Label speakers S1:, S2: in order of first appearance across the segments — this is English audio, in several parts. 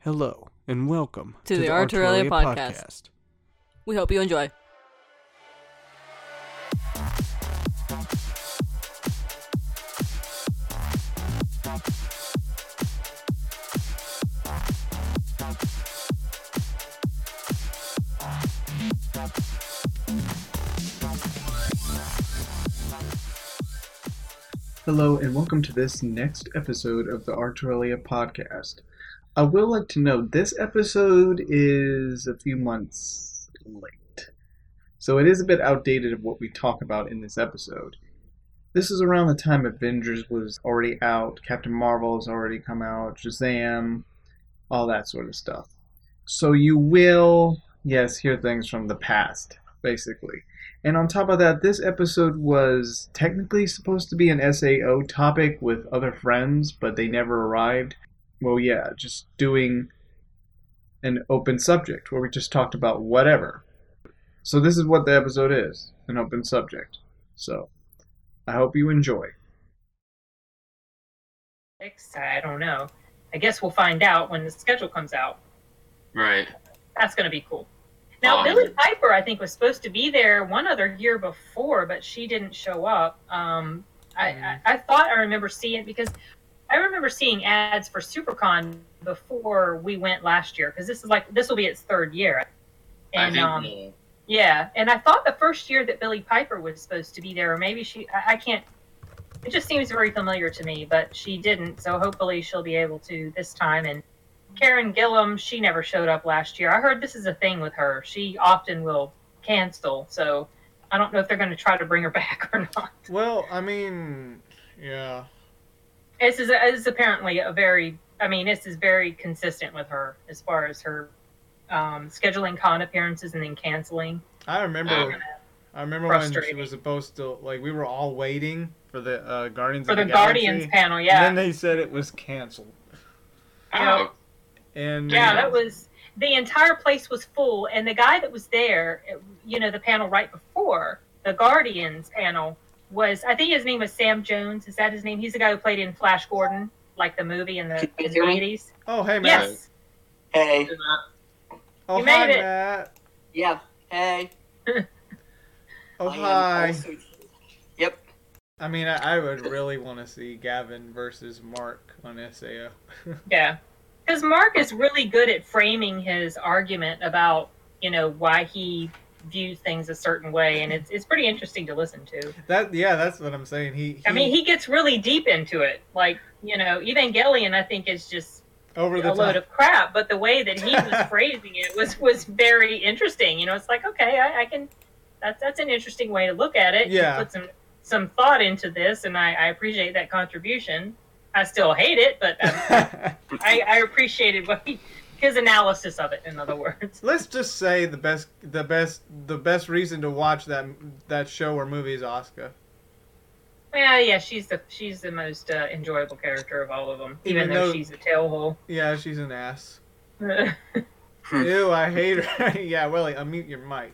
S1: Hello and welcome
S2: To the Arturalia podcast. We hope you enjoy.
S3: Hello, and welcome to this next episode of the Arturelia podcast. I will like to note this episode is a few months late. So it is a bit outdated of what we talk about in this episode. This is around the time Avengers was already out, Captain Marvel has already come out, Shazam, all that sort of stuff. So you will, yes, hear things from the past, basically. And on top of that, this episode was technically supposed to be an SAO topic with other friends, but they never arrived. Well, yeah, just doing an open subject where we just talked about whatever. So, this is what the episode is an open subject. So, I hope you enjoy.
S4: Six, I don't know. I guess we'll find out when the schedule comes out.
S5: Right.
S4: That's going to be cool. Now,
S5: Um,
S4: Billy Piper, I think, was supposed to be there one other year before, but she didn't show up. Um, I, I, I thought I remember seeing it because I remember seeing ads for SuperCon before we went last year because this is like this will be its third year.
S5: I
S4: And
S5: think
S4: um, yeah, and I thought the first year that Billy Piper was supposed to be there, or maybe she, I, I can't, it just seems very familiar to me, but she didn't, so hopefully she'll be able to this time. And Karen Gillum, she never showed up last year. I heard this is a thing with her. She often will cancel, so I don't know if they're going to try to bring her back or not.
S6: Well, I mean, yeah.
S4: This is, this is apparently a very, I mean, this is very consistent with her as far as her um, scheduling con appearances and then canceling.
S6: I remember. I remember when she
S4: Ah, Frustrating.
S6: was supposed to like we were all waiting for the uh, Guardians
S4: For
S6: of
S4: the
S6: the Galaxy,
S4: Guardians panel,
S6: and
S4: yeah.
S6: then they said it was canceled.
S4: Yeah.
S5: Oh,
S6: And
S4: Yeah, that was the entire place was full, and the guy that was there, you know, the panel right before the Guardians panel was, I think his name was Sam Jones. Is that his name? He's the guy who played in Flash Gordon, like the movie in the
S7: Can you
S4: in the
S7: hear me?
S4: eighties.
S6: Oh hey Matt.
S4: Yes,
S7: Hey.
S6: Oh
S4: You
S6: hi
S4: made it.
S6: Matt.
S7: Yeah. Hey.
S6: Oh
S7: I am
S6: hi.
S7: also- Yep.
S6: I mean, I, I would really want to see Gavin versus Mark on SAO.
S4: yeah, because Mark is really good at framing his argument about you know why he views things a certain way, and it's it's pretty interesting to listen to.
S6: That yeah, that's what I'm saying. He,
S4: I mean, he gets really deep into it, like you know, Evangelion. I think is just
S6: over the
S4: a load
S6: top.
S4: of crap, but the way that he was phrasing it was was very interesting. You know, it's like okay, I, I can that's that's an interesting way to look at it. You
S6: Yeah.
S4: put some some thought into this, and I, I appreciate that contribution. I still hate it, but um, I, I appreciated what he, his analysis of it. In other words,
S6: Let's just say the best, the best, the best reason to watch that that show or movie is Oscar.
S4: yeah, yeah, she's the she's the most uh, enjoyable character of all of them, even,
S6: Even
S4: though,
S6: though-
S4: she's a tailhole.
S6: Yeah, she's an ass.
S5: Hmm.
S6: Ew, I hate her. yeah, Willie, unmute your mic.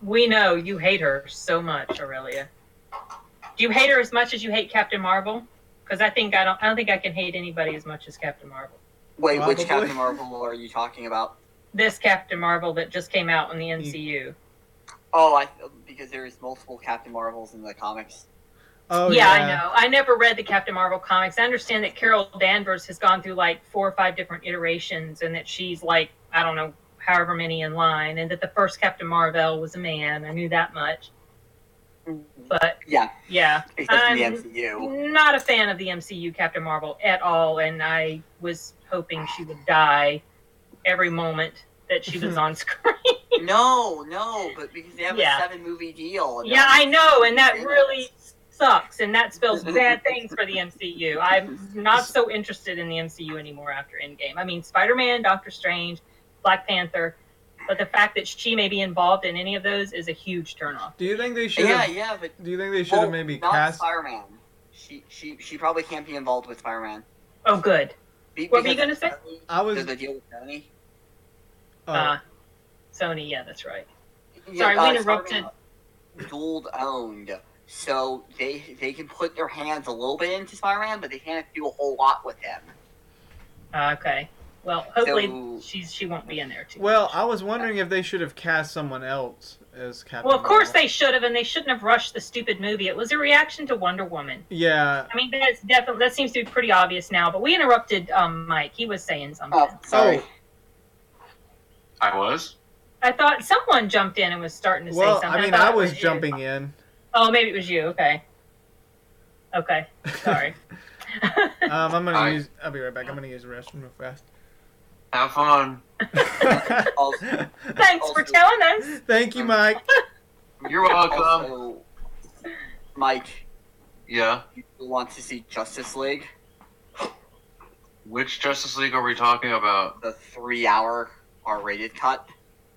S4: we know you hate her so much, Aurelia. Do you hate her as much as you hate Captain Marvel? Because I think I don't. I don't think I can hate anybody as much as Captain Marvel.
S7: Wait,
S6: Probably.
S7: which Captain Marvel are you talking about?
S4: This Captain Marvel that just came out
S6: Mm.
S4: in the MCU.
S7: Oh, I because there's multiple Captain Marvels in the comics.
S6: Oh
S4: yeah,
S6: yeah,
S4: I know. I never read the Captain Marvel comics. I understand that Carol Danvers has gone through like four or five different iterations, and that she's like I don't know however many in line, and that the first Captain Marvel was a man. I knew that much, but
S7: Yeah,
S4: yeah,
S7: except in the
S4: I'm-
S7: MCU.
S4: not a fan of the MCU Captain Marvel at all, and I was hoping she would die every moment that she was on screen.
S7: No, no, but because they have
S4: Yeah.
S7: a seven movie deal. and
S4: yeah,
S7: they're-
S4: I know, and that really sucks, and that spells bad things for the MCU. I'm not so interested in the MCU anymore after Endgame. I mean, Spider Man, Doctor Strange, Black Panther, but the fact that she may be involved in any of those is a huge turnoff.
S6: Do you think they should?
S7: Yeah,
S6: have
S7: yeah, but
S6: Do you think they should have
S7: well,
S6: maybe
S7: not
S6: cast?
S7: Spider-Man. She, she, she probably can't be involved with Spider-Man.
S4: Oh, good.
S7: Be-
S4: What were you
S7: because
S4: gonna say?
S7: apparently
S6: I was.
S7: There's a deal with Sony.
S6: oh,
S4: Uh, Sony, yeah, that's right.
S7: Yeah,
S4: Sorry, we
S7: uh,
S4: interrupted.
S7: Spider-Man Dual owned, so they they can put their hands a little bit into Spider-Man, but they can't do a whole lot with him.
S4: Uh, okay. Well, hopefully
S7: So-
S4: she's she won't be in there too.
S6: Well, I was wondering if they should have cast someone else as Captain.
S4: Well, of course
S6: Marvel.
S4: they should have, and they shouldn't have rushed the stupid movie. It was a reaction to Wonder Woman.
S6: Yeah.
S4: I mean, that's definitely that seems to be pretty obvious now. But we interrupted um, Mike. He was saying something.
S7: Oh, sorry.
S6: Oh,
S5: I was.
S4: I thought someone jumped in and was starting to
S6: well,
S4: say something.
S6: I mean,
S4: thought
S6: I
S4: it
S6: was
S4: you.
S6: jumping in.
S4: Oh, maybe it was you. Okay. Okay. Sorry.
S6: Um, I'm gonna
S5: I-
S6: use. I'll be right back. I'm gonna use the restroom real fast.
S5: Have fun.
S7: Also,
S4: Thanks for telling us.
S6: Thank you, Mike.
S5: You're welcome.
S7: also, Mike,
S5: Yeah.
S7: you want to see Justice League?
S5: Which Justice League are we talking about?
S7: The three-hour R-rated cut?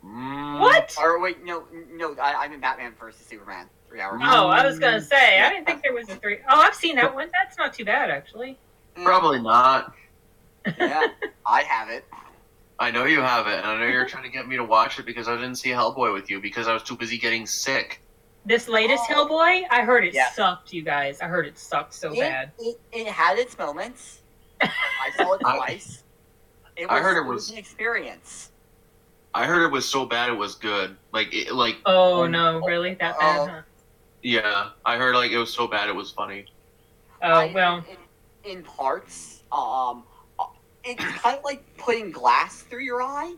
S5: Mm,
S4: What?
S7: Or wait, no, no, I, I'm in Batman versus Superman. Three-hour.
S4: Oh, I was gonna say I didn't think there was a three Oh, I've seen that one. That's not too bad actually.
S5: Probably not.
S7: yeah, I have it.
S5: I know you have it, and I know you're trying to get me to watch it because I didn't see Hellboy with you because I was too busy getting sick.
S4: This latest
S7: Oh.
S4: Hellboy, I heard it
S7: Yeah.
S4: sucked, you guys. I heard it sucked so
S7: it,
S4: bad.
S7: It, it had its moments. I saw it
S5: I-
S7: twice. It
S5: I heard it
S7: was
S5: was-
S7: an experience.
S5: I heard it was so bad it was good. Like, it, like,
S4: Oh no, really? That
S7: Oh.
S4: bad? Huh?
S5: yeah. I heard like it was so bad it was funny.
S4: Oh
S7: I-
S4: well.
S7: in, in parts, um, it's kind of like putting glass through your eye.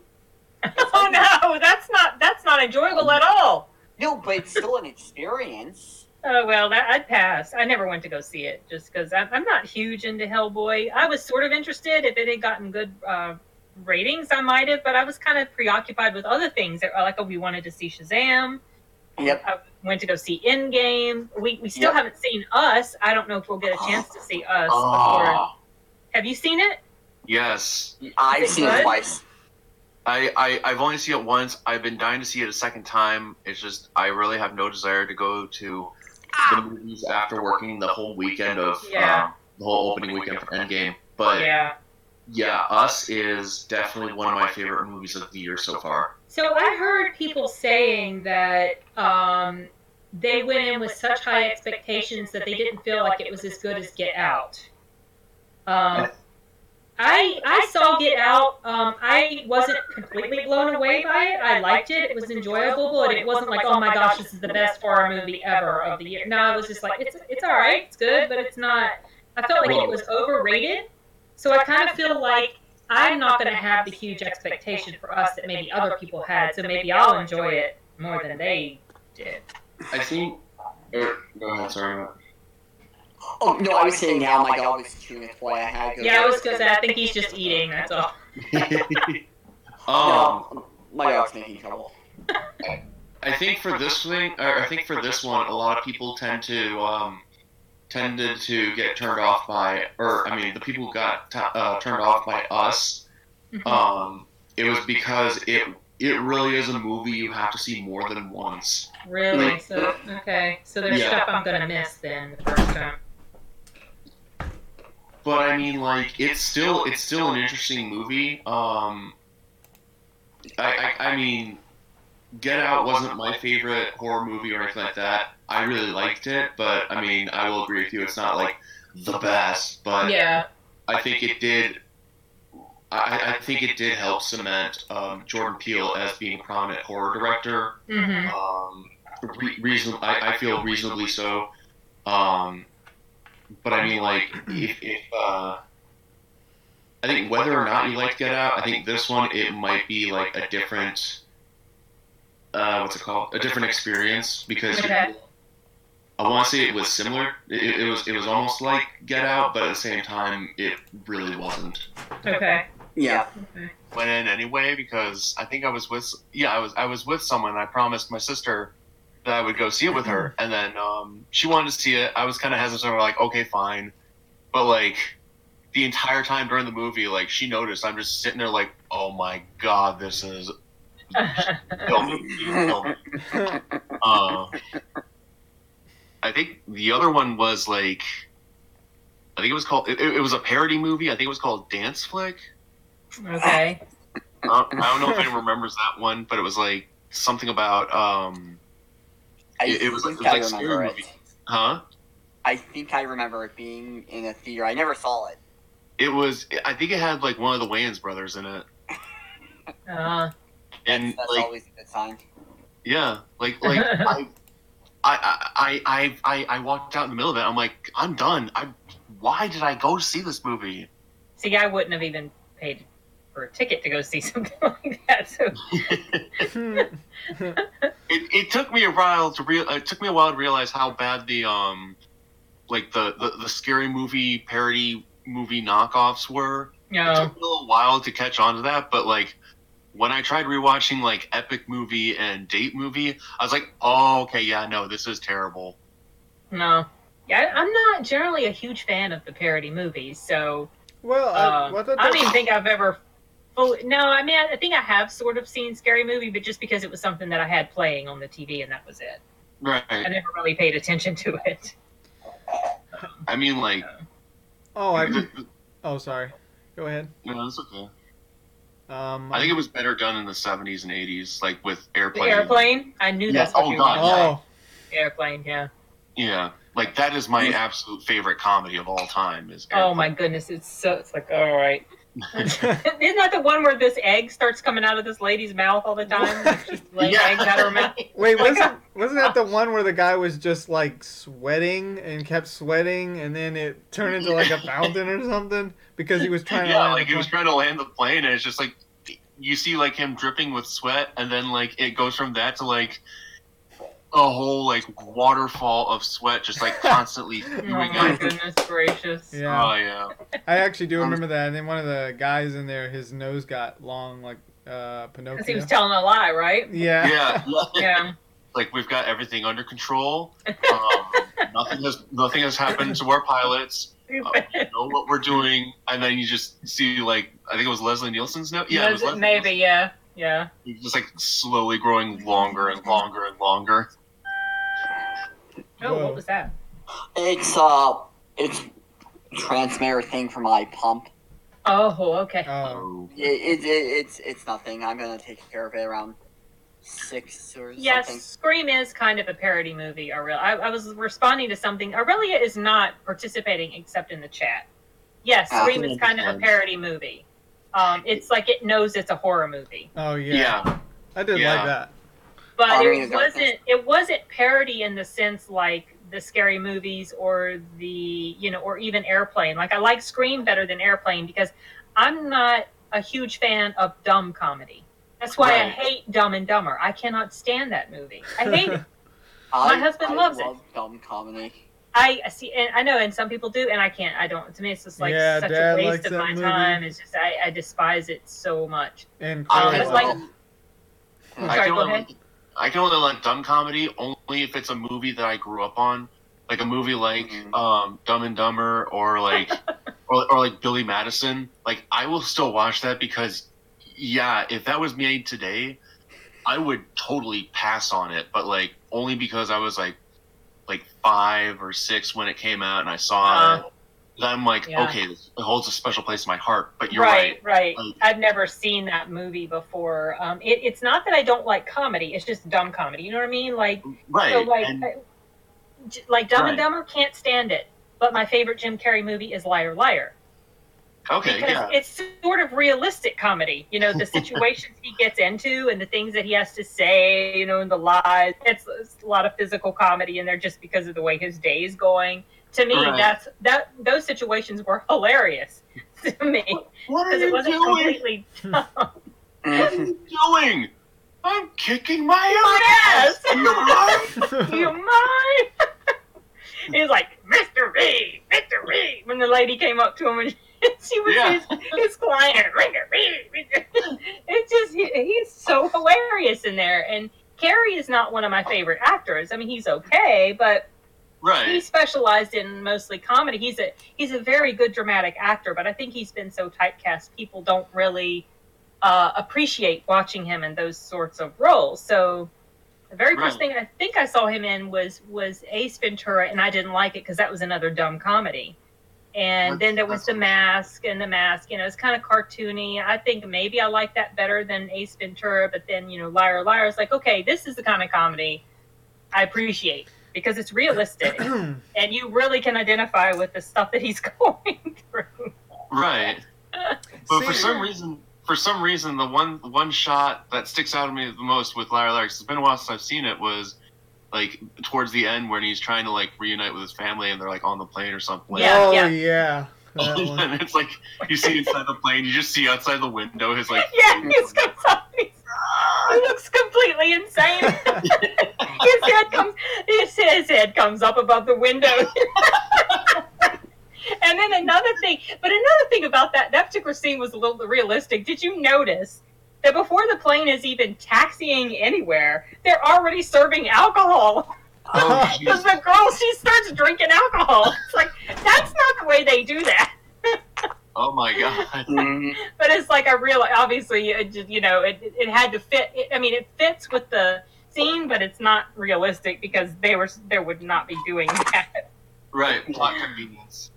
S4: Oh no, that's not that's not enjoyable at all.
S7: No, but it's still an experience.
S4: Oh well, that I'd pass. I never went to go see it just because I'm, I'm not huge into Hellboy. I was sort of interested if it had gotten good uh, ratings, I might have, but I was kind of preoccupied with other things. Like oh, we wanted to see Shazam.
S7: Yep.
S4: I went to go see Endgame. We we still
S7: Yep.
S4: haven't seen Us. I don't know if we'll get a chance to see Us. before.
S5: Oh,
S4: Have you seen it?
S5: yes.
S7: I've
S4: Is it
S7: seen it
S4: good?
S7: twice.
S5: I, I I've only seen it once. I've been dying to see it a second time. It's just I really have no desire to go to the movies after working the whole weekend of
S4: Yeah.
S5: uh, the whole opening weekend for Endgame. But yeah.
S4: Yeah.
S5: Us is definitely one of my favorite movies of the year so far.
S4: So I heard people saying that um, they went in with such high expectations that they didn't feel like it was as good as Get Out. Um, I I saw Get Out. Um, I wasn't completely blown away by it. I liked it. It was enjoyable, but it wasn't like, oh my gosh, this is the best horror movie ever of the year. No, it was just like it's it's all right, it's good, but it's not. I felt like it was overrated. So I kind of feel like I'm not going to have the huge expectation for us that maybe other people had. So maybe I'll enjoy it more than they did.
S5: I think. er, Go ahead, sorry.
S7: Oh no, I was saying now my dog was chewing its boy. I had to go.
S4: Yeah, I was going to say I think he's just eating. That's all.
S5: um,
S7: No, my dog's making trouble.
S5: I think for this thing, or I think for this one, a lot of people tend to um, tended to get turned off by, or I mean, the people who got t- uh, turned off by Us um, it was because it it really is a movie you have to see more than once.
S4: Really? So okay. So there's
S5: Mm-hmm. Yeah.
S4: stuff I'm going to miss then the first time.
S5: But I mean, like it's still it's still an interesting movie. Um, I, I I mean, Get Out wasn't my favorite horror movie or anything like that. I really liked it, but I mean, I will agree with you, it's not like the best, but
S4: Yeah.
S5: I think it did. I, I think it did help cement um, Jordan Peele as being a prominent horror director.
S4: Mm-hmm.
S5: um, re- reason, I, I feel reasonably so. Um, but I mean, like, if, if uh, I think whether or not you like Get Out, I think this one it might be like a different, uh, what's it called? A different experience because you-
S4: Okay.
S5: I want to say it was similar. It, it was it was almost like Get Out, but at the same time, it really wasn't
S4: Okay.
S7: Yeah.
S4: Okay.
S5: went in anyway because I think I was with yeah I was I was with someone. and I promised my sister that I would go see it with her, and then um, she wanted to see it. I was kind of hesitant, like okay, fine, but like the entire time during the movie, like she noticed I'm just sitting there like oh my god, this is kill me, please kill me. Uh, I think the other one was like. I think it was called. It, it was a parody movie. I think it was called Dance Flick.
S4: okay.
S5: I don't- I don't know if anyone remembers that one, but it was like something about um,
S7: I
S5: It- it was-
S7: think
S5: it was
S7: I
S5: like scary
S7: remember it.
S5: movie. huh?
S7: I think I remember it being in a theater. I never saw it.
S5: It was. I think it had like one of the Wayans brothers in it,
S4: Uh,
S5: and
S7: that's
S5: Mm, like
S7: always a good sign.
S5: yeah, like like I, I, I I I I walked out in the middle of it. I'm like, I'm done. I why did I go see this movie?
S4: see, I wouldn't have even paid for a ticket to go see something like that. So
S5: It, it took me a while to real. It took me a while to realize how bad the um, like the the, the scary movie parody movie knockoffs were. It
S4: no,
S5: took me a little while to catch on to that, but like when I tried rewatching like Epic Movie and Date Movie, I was like, oh okay, yeah, no, this is terrible.
S4: no. Yeah, I- I'm not generally a huge fan of the parody movies, so
S6: well, I,
S4: uh,
S6: what the
S4: I don't even think I've ever. Fully, no, I mean I, I think I have sort of seen Scary Movie, but just because it was something that I had playing on the TV, and that was it. I
S5: Right.
S4: never really paid attention to it.
S5: I mean, like,
S6: Oh, I,
S5: you
S6: oh, sorry. Go ahead.
S5: know, it's okay.
S6: Um,
S5: I think it was better done in the '70s and '80s, like with
S4: The
S5: airplane.
S4: airplane, I knew
S5: Yeah,
S4: that's what
S5: oh
S4: you
S5: God,
S4: were gonna
S6: Oh,
S4: say. Airplane, yeah.
S5: Yeah, like that is my absolute favorite comedy of all time. Is
S4: Oh
S5: Airplane.
S4: my goodness, it's so it's like all right. Isn't that the one where this egg starts coming out of this lady's mouth all the time? She's laying
S5: Yeah.
S4: eggs out of her mouth.
S6: wait, wasn't wasn't that the one where the guy was just like sweating and kept sweating, and then it turned into like a fountain or something because he was trying to
S5: yeah,
S6: land
S5: like
S6: the
S5: he was
S6: plane?
S5: trying to land the plane, and it's just like you see like him dripping with sweat, and then like it goes from that to like a whole like waterfall of sweat, just like constantly
S4: Oh
S5: spewing
S4: my
S5: out.
S4: goodness gracious.
S6: Yeah,
S5: Oh yeah,
S6: I actually
S5: um,
S6: do remember that. And then one of the guys in there, his nose got long like uh,
S4: Because he
S6: Pinocchio.
S4: was telling a lie, right?
S6: yeah.
S5: yeah.
S4: Yeah.
S5: like we've got everything under control. Um, nothing has nothing has happened to our pilots. We know what we're doing, and then you just see like I think it was Leslie Nielsen's note. Yeah, it was Leslie
S4: maybe, yeah. Yeah.
S5: Nielsen. just like slowly growing longer and longer and longer.
S4: Oh,
S6: Whoa.
S4: what was that?
S7: It's uh, it's transmitter thing for my pump.
S4: Oh, okay.
S6: Oh,
S5: Oh.
S7: It, it, it, it's it's nothing. I'm gonna take care of it around six or
S4: Yes,
S7: something.
S4: Scream is kind of a parody movie, Aurelia. I, I was responding to something. Aurelia is not participating except in the chat. Yes,
S7: Ah.
S4: Scream is kind of a parody movie. Um, it's like it knows it's a horror movie,
S6: oh yeah.
S5: Yeah,
S6: I did
S5: Yeah.
S6: like that.
S4: but
S7: Army
S4: it
S7: of Darkness.
S4: wasn't. It wasn't parody in the sense like the scary movies or the you know or even Airplane. Like I like Scream better than Airplane because I'm not a huge fan of dumb comedy. That's why I
S5: Right.
S4: hate Dumb and Dumber. I cannot stand that movie. I hate it.
S7: I,
S4: My husband
S7: I
S4: loves it.
S7: love dumb comedy.
S4: I see, and I know, and some people do, and I can't. I don't. To me, it's just like
S6: Yeah,
S4: such
S6: Dad
S4: a
S6: likes
S4: waste of
S6: that
S4: my
S6: movie.
S4: time. It's just I, I despise it so much.
S6: And
S5: I
S6: Chloe
S4: was
S6: loved
S4: like-
S6: it.
S5: I
S4: Sorry,
S5: can
S4: go
S5: only
S4: ahead.
S5: I can only like dumb comedy only if it's a movie that I grew up on, like a movie like
S7: Mhm.
S5: um, Dumb and Dumber or like or, or like Billy Madison. Like I will still watch that because yeah, if that was made today, I would totally pass on it. But like only because I was like like five or six when it came out and I saw it. Then I'm like,
S4: Uh-huh. Yeah.
S5: okay, this- it holds a special place in my heart. But you're right. Um,
S4: right, right.
S5: Like-
S4: I've never seen that movie before. Um, it, it's not that I don't like comedy; it's just dumb comedy. You know what I mean? Like,
S5: Right.
S4: so like,
S5: and-
S4: I- j- like Dumb and
S5: Right.
S4: Dumber can't stand it. But my favorite Jim Carrey movie is Liar Liar.
S5: okay,
S4: because
S5: yeah.
S4: it's sort of realistic comedy. You know, the situations he gets into and the things that he has to say, you know, and the lies. It's, it's a lot of physical comedy in there just because of the way his day is going. To me,
S5: Right.
S4: that's that those situations were hilarious to me
S5: What are
S4: because it
S5: you
S4: wasn't
S5: doing?
S4: completely
S5: What are
S7: Mhm.
S5: you doing? I'm kicking my ass.
S4: yes.
S5: Yes.
S4: Do you mind? He's like, Mr. Reed, Mr. Reed. When the lady came up to him and she was
S5: Yeah.
S4: his, his client, Mr. Reed. Mr. It's just, he, he's so hilarious in there. And Carrie is not one of my favorite actors. I mean, he's okay, but he
S5: right.
S4: specialized in mostly comedy. He's a he's a very good dramatic actor, but I think he's been so typecast, people don't really uh, appreciate watching him in those sorts of roles. So the very first
S5: Right.
S4: thing I think I saw him in was was Ace Ventura, and I didn't like it because that was another dumb comedy. And then there was
S5: That's-
S4: The Mask, and The Mask, you know, it's kind of cartoony. I think maybe I like that better than Ace Ventura, but then, you know, Liar Liar is like, okay, this is the kind of comedy I appreciate because it's realistic and you really can identify with the stuff that he's going through.
S5: Right. But for
S6: See?
S5: some reason, for some reason, the one one shot that sticks out to me the most with Larry Larry, 'cause it's been a while since I've seen it, was like towards the end when he's trying to like reunite with his family and they're like on the plane or something.
S4: Yeah,
S6: oh
S4: yeah.
S6: yeah. that one.
S5: and it's like you see inside the plane, you just see outside the window his like
S4: Yeah, he's got something. He looks completely insane. his head comes, his, his head comes up above the window. and then another thing, but another thing about that that particular scene was a little bit realistic. Did you notice that before the plane is even taxiing anywhere, they're already serving alcohol?
S5: oh
S4: Because
S5: jeez.
S4: the girl, she starts drinking alcohol. It's like that's not the way they do that.
S5: oh my god.
S4: but it's like I realize, obviously, it just, you know, it, it had to fit. It, I mean, it fits with the scene, but it's not realistic because they were there would not be doing that.
S5: Right, plot convenience.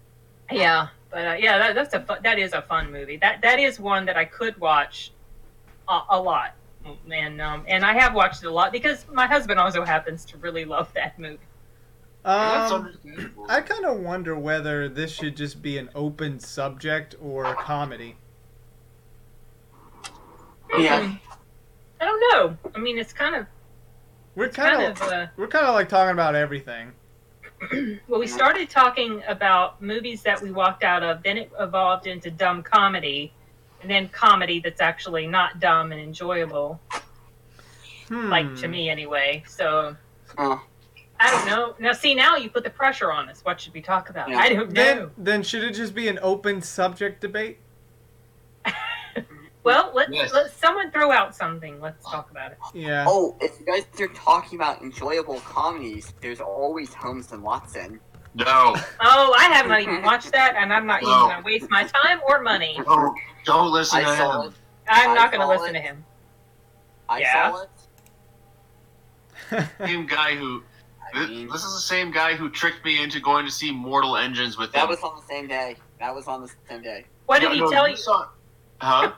S4: Yeah, but uh, yeah, that, that's a fun, that is a fun movie. That that is one that I could watch a, a lot, and um, and I have watched it a lot because my husband also happens to really love that movie.
S5: That's
S6: Um,
S5: understandable.
S6: I kind of wonder whether this should just be an open subject or a comedy.
S7: Yeah.
S4: I don't know. I mean, it's kind of
S6: We're
S4: kind
S6: kind
S4: of.
S6: of
S4: Uh,
S6: we're kind of like talking about everything.
S4: Well, we started talking about movies that we walked out of, then it evolved into dumb comedy, and then comedy that's actually not dumb and enjoyable,
S6: Hmm.
S4: like to me anyway. So
S7: Uh,
S4: I don't know. Now, see, now you put the pressure on us. What should we talk about?
S7: Yeah.
S4: I don't know.
S6: Then then should it just be an open subject debate?
S4: well, let's
S5: Yes.
S4: let someone throw out something. Let's talk about it.
S6: Yeah.
S7: oh, if you guys are talking about enjoyable comedies, there's always Holmes and Watson.
S5: No.
S4: Oh, I have not even watched that, and I'm not
S5: No.
S4: even going to waste my time or money.
S5: No. Don't listen
S7: I
S5: to
S7: saw
S5: him.
S7: it.
S4: I'm
S7: I
S4: not going to
S7: saw
S4: listen
S7: it.
S4: to him.
S7: I
S4: Yeah.
S7: saw it.
S5: Same guy who
S7: I
S5: This,
S7: mean,
S5: this is the same guy who tricked me into going to see Mortal Engines with
S7: that
S5: him.
S7: was on the same day. That was on the same day.
S4: What did
S5: No,
S4: he
S5: no,
S4: tell you?
S5: saw- huh?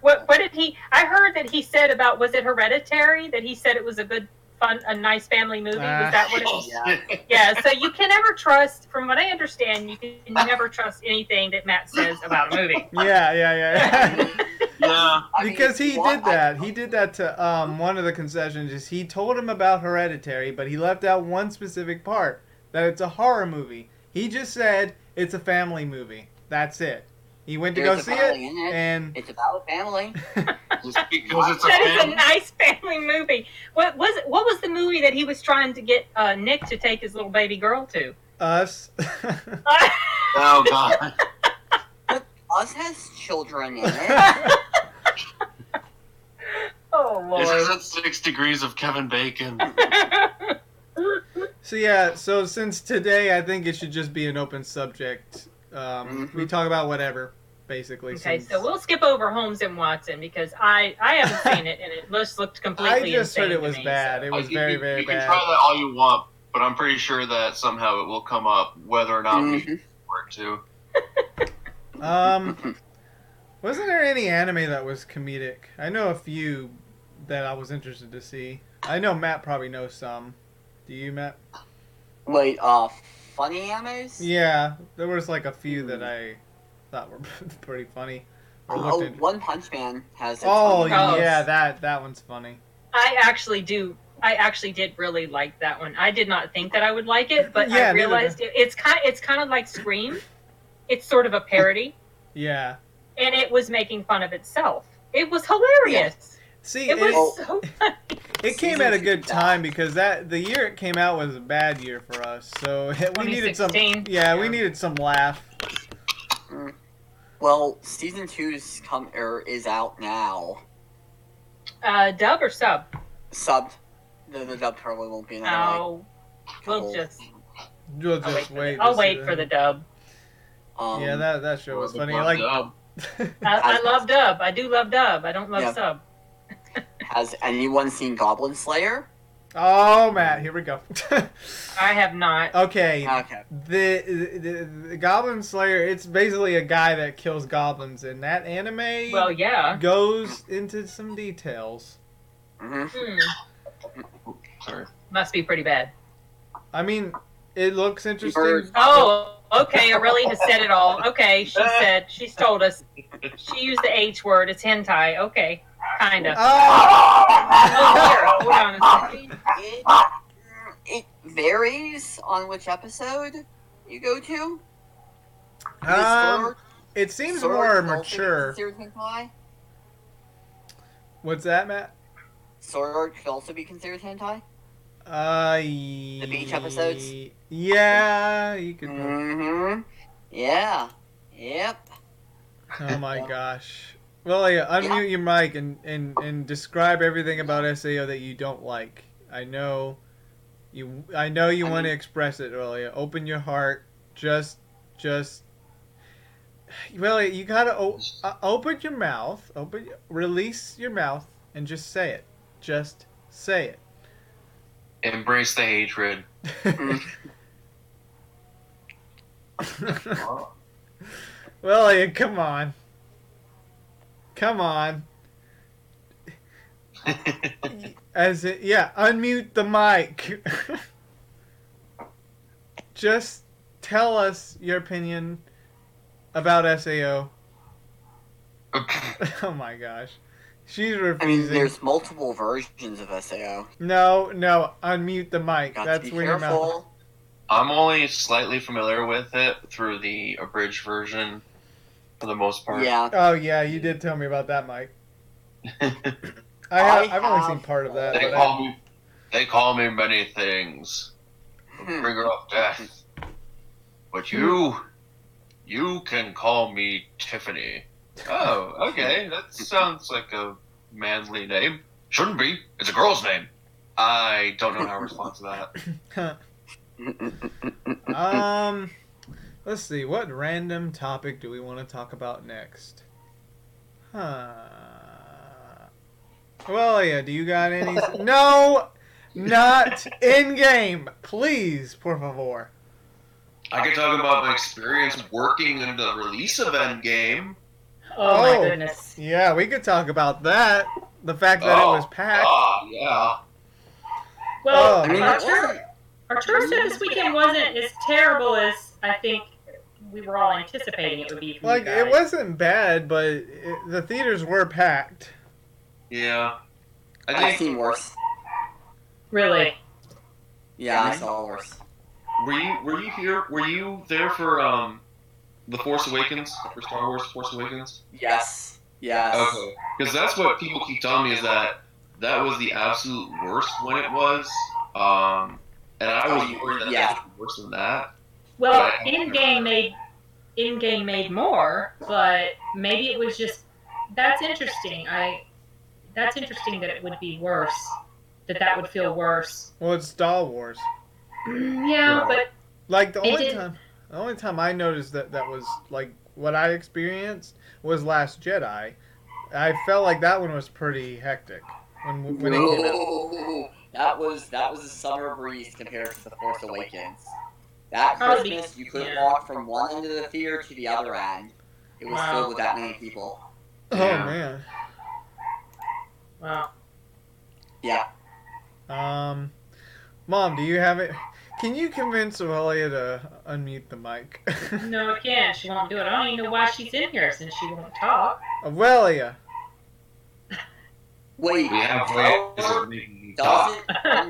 S4: What what did he? I heard that he said about was it Hereditary that he said it was a good, fun, a nice family movie.
S6: Ah.
S4: was that what it was?
S7: Yeah.
S4: Yeah. So you can never trust. From what I understand, you can never trust anything that Matt says about a movie.
S6: Yeah, yeah, yeah. yeah.
S5: yeah.
S7: I mean,
S6: because he
S7: what-
S6: did that. He did that to um, one of the concessions. Is he told him about Hereditary, but he left out one specific part that it's a horror movie. He just said it's a family movie. That's it. He went to
S7: There's a
S6: go see
S7: family
S6: it,
S7: in it.
S6: and
S7: It's about a family.
S5: Just because it's a
S4: That is a
S5: family.
S4: nice family movie. What was it, what was the movie that he was trying to get uh, Nick to take his little baby girl to?
S6: us.
S5: Oh god.
S7: Us has children in it.
S4: oh
S5: This
S4: lord.
S5: isn't six degrees of Kevin Bacon.
S6: so yeah. So since today, I think it should just be an open subject. Um,
S7: Mm-hmm.
S6: We talk about whatever, basically.
S4: Okay,
S6: since-
S4: so we'll skip over Holmes and Watson because I I haven't seen it and it just looked
S6: I
S4: completely.
S6: just heard
S4: insane
S6: it
S4: to
S6: was
S4: me,
S6: bad. It was
S7: Oh,
S5: You-
S6: very,
S5: you,
S6: very
S5: you
S6: bad.
S5: can try that all you want, but I'm pretty sure that somehow it will come up whether or not we
S7: Mhm.
S5: work to.
S6: Um, wasn't there any anime that was comedic? I know a few that I was interested to see. I know Matt probably knows some. Do you, Matt?
S7: Wait, uh, funny animes?
S6: Yeah, there was like a few
S4: Hmm.
S6: that I thought were pretty funny. Or
S7: Oh,
S6: looked
S7: One
S6: into.
S7: Punch Man has. its
S6: Oh
S7: own-
S4: Gross.
S6: yeah, that that one's funny.
S4: I actually do. I actually did really like that one. I did not think that I would like it, but
S6: Yeah, neither
S4: I
S6: did
S4: realized it, it's kind. It's kind of like Scream. It's sort of a parody,
S6: Yeah.
S4: and it was making fun of itself. It was hilarious.
S6: See,
S4: It
S6: it,
S4: was
S7: Oh.
S4: so.
S6: it came at a good time because that the year it came out was a bad year for us, so we needed some.
S4: 2016.
S6: Yeah, we
S7: Yeah.
S6: needed some laugh.
S7: Well, season two's come er, is out now.
S4: Uh, dub or sub?
S7: Subbed. The, the dub probably won't be in like,
S4: Oh, we'll
S7: couple-
S4: just.
S6: We'll
S4: I'll wait.
S6: just
S4: For
S6: wait.
S4: the, I'll
S6: to see
S4: wait for the dub.
S7: Um,
S6: Yeah, that that show was funny. Like.
S5: Well,
S4: I, I love dub. I do love dub. I don't love
S7: Yeah.
S4: sub.
S7: Has anyone seen Goblin Slayer?
S6: Oh, Matt, here we go.
S4: I have not.
S6: okay,
S7: Okay.
S6: the, the the Goblin Slayer. It's basically a guy that kills goblins, and that anime
S4: Well, yeah.
S6: goes into some details.
S7: hmm
S4: Hmm,
S5: Sorry.
S4: must be pretty bad.
S6: I mean, It looks interesting.
S7: Bird.
S4: Oh, okay. Aurelia has said it all. Okay, she said she's told us. She used the H word. It's hentai. Okay, kind of.
S6: Oh, Ah!
S4: Oh, here, hold on a
S7: I
S4: second.
S7: mean, it, it varies on which episode you go to.
S6: um, it seems more mature.
S7: Considered hentai.
S6: What's that, Matt?
S7: Sword Art could also be considered hentai.
S6: Uh,
S7: The beach episodes?
S6: Yeah, you could. probably-
S7: Mm-hmm. Yeah. Yep.
S6: Oh my gosh. Well, yeah, unmute your mic and, and, and describe everything about SAO that you don't like. I know you I know you
S7: I
S6: want to
S7: mean-
S6: express it, Aurelia. Open your heart. Just just Really, you got to o- uh, open your mouth. Open release your mouth and just say it. Just say
S5: Embrace the hatred.
S6: it.
S5: Wow.
S6: William, come on. Come on. As it, yeah, unmute the mic. Just tell us your opinion about SAO. Oh my gosh. She's
S7: I mean,
S6: refusing.
S7: there's multiple versions of SAO.
S6: no, no, unmute the mic.
S7: Got
S6: That's
S7: to be
S6: where your mouth.
S7: careful.
S5: I'm only slightly familiar with it through the abridged version, for the most part.
S7: Yeah.
S6: Oh yeah, you did tell me about that mic.
S5: they
S6: I have,
S7: I
S6: I've only
S7: have-
S6: seen part of that. but I-
S5: call me. They call me many things.
S7: Hmm.
S5: Bringer of death. But you, you can call me Tiffany. Oh, okay. That sounds like a manly name. Shouldn't be. It's a girl's name. I don't know how to respond to that.
S7: Hmm.
S6: um, let's see. What random topic do we want to talk about next? Huh. Well, yeah. Do you got any? no, not in game. Please, por favor.
S5: I could talk about my experience working in the release of Endgame.
S4: Oh my
S6: Oh.
S4: goodness.
S6: Yeah, we could talk about that. The fact that it was packed.
S5: Oh, yeah.
S6: Oh.
S4: Well,
S7: I mean, it
S4: Archer,
S7: wasn't.
S4: Archer said this weekend wasn't as terrible as I think we were all anticipating it would be. For
S6: Like
S4: you guys.
S6: it wasn't bad, but it, the theaters were packed.
S5: Yeah. I
S7: I've
S5: think.
S7: seen worse.
S4: really.
S7: Yeah, I saw worse.
S5: Were you were you here? Were you there for um, the Force Awakens for Star Wars Force Awakens?
S7: Yes. Yes.
S5: Okay. Because that's what people keep telling me is that that was the absolute worst when it was. Um, and I was worried that
S7: Yeah.
S5: it was worse than that.
S4: Well,
S5: Right.
S4: Endgame made Endgame made more, but maybe it was just that's interesting. I that's interesting that it would be worse. That that would feel worse.
S6: Well, it's Star Wars.
S4: Yeah, but
S6: Like the
S4: It
S6: only
S4: did-
S6: time, the only time I noticed that that was like what I experienced was Last Jedi. I felt like that one was pretty hectic when when it came out.
S7: Ooh, that was that was a summer breeze compared to the Force Awakens. That
S4: Probably,
S7: Christmas, you could
S4: yeah.
S7: walk from one end of the theater to the other end. It was
S4: Wow.
S7: filled with that many people.
S6: Oh man.
S4: wow.
S7: Yeah.
S6: Um, mom, do you have it? Can you convince Aurelia to unmute the mic?
S4: No, I can't. She won't do it. I don't even know why she's in here since she won't talk.
S6: Aurelia,
S7: Wait.
S5: We have
S7: Tyler
S5: Doc.
S7: doesn't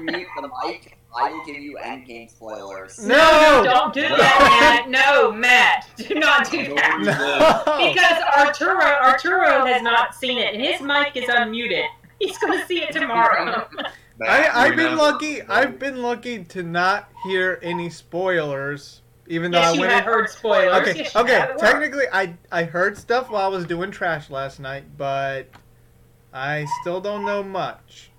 S7: unmute the mic. I will give you endgame spoilers.
S6: No!
S4: don't do that, Matt. No, Matt, do not do that.
S6: no.
S4: Because Arturo Arturo has not seen it, and his mic is unmuted. He's gonna see it tomorrow.
S6: I, I've been lucky. I've been lucky to not hear any spoilers, even though
S4: yes,
S6: I
S4: you
S6: went.
S4: have heard spoilers.
S6: Okay,
S4: Yes, you
S6: okay.
S4: have. It worked.
S6: Technically, I I heard stuff while I was doing trash last night, but I still don't know much.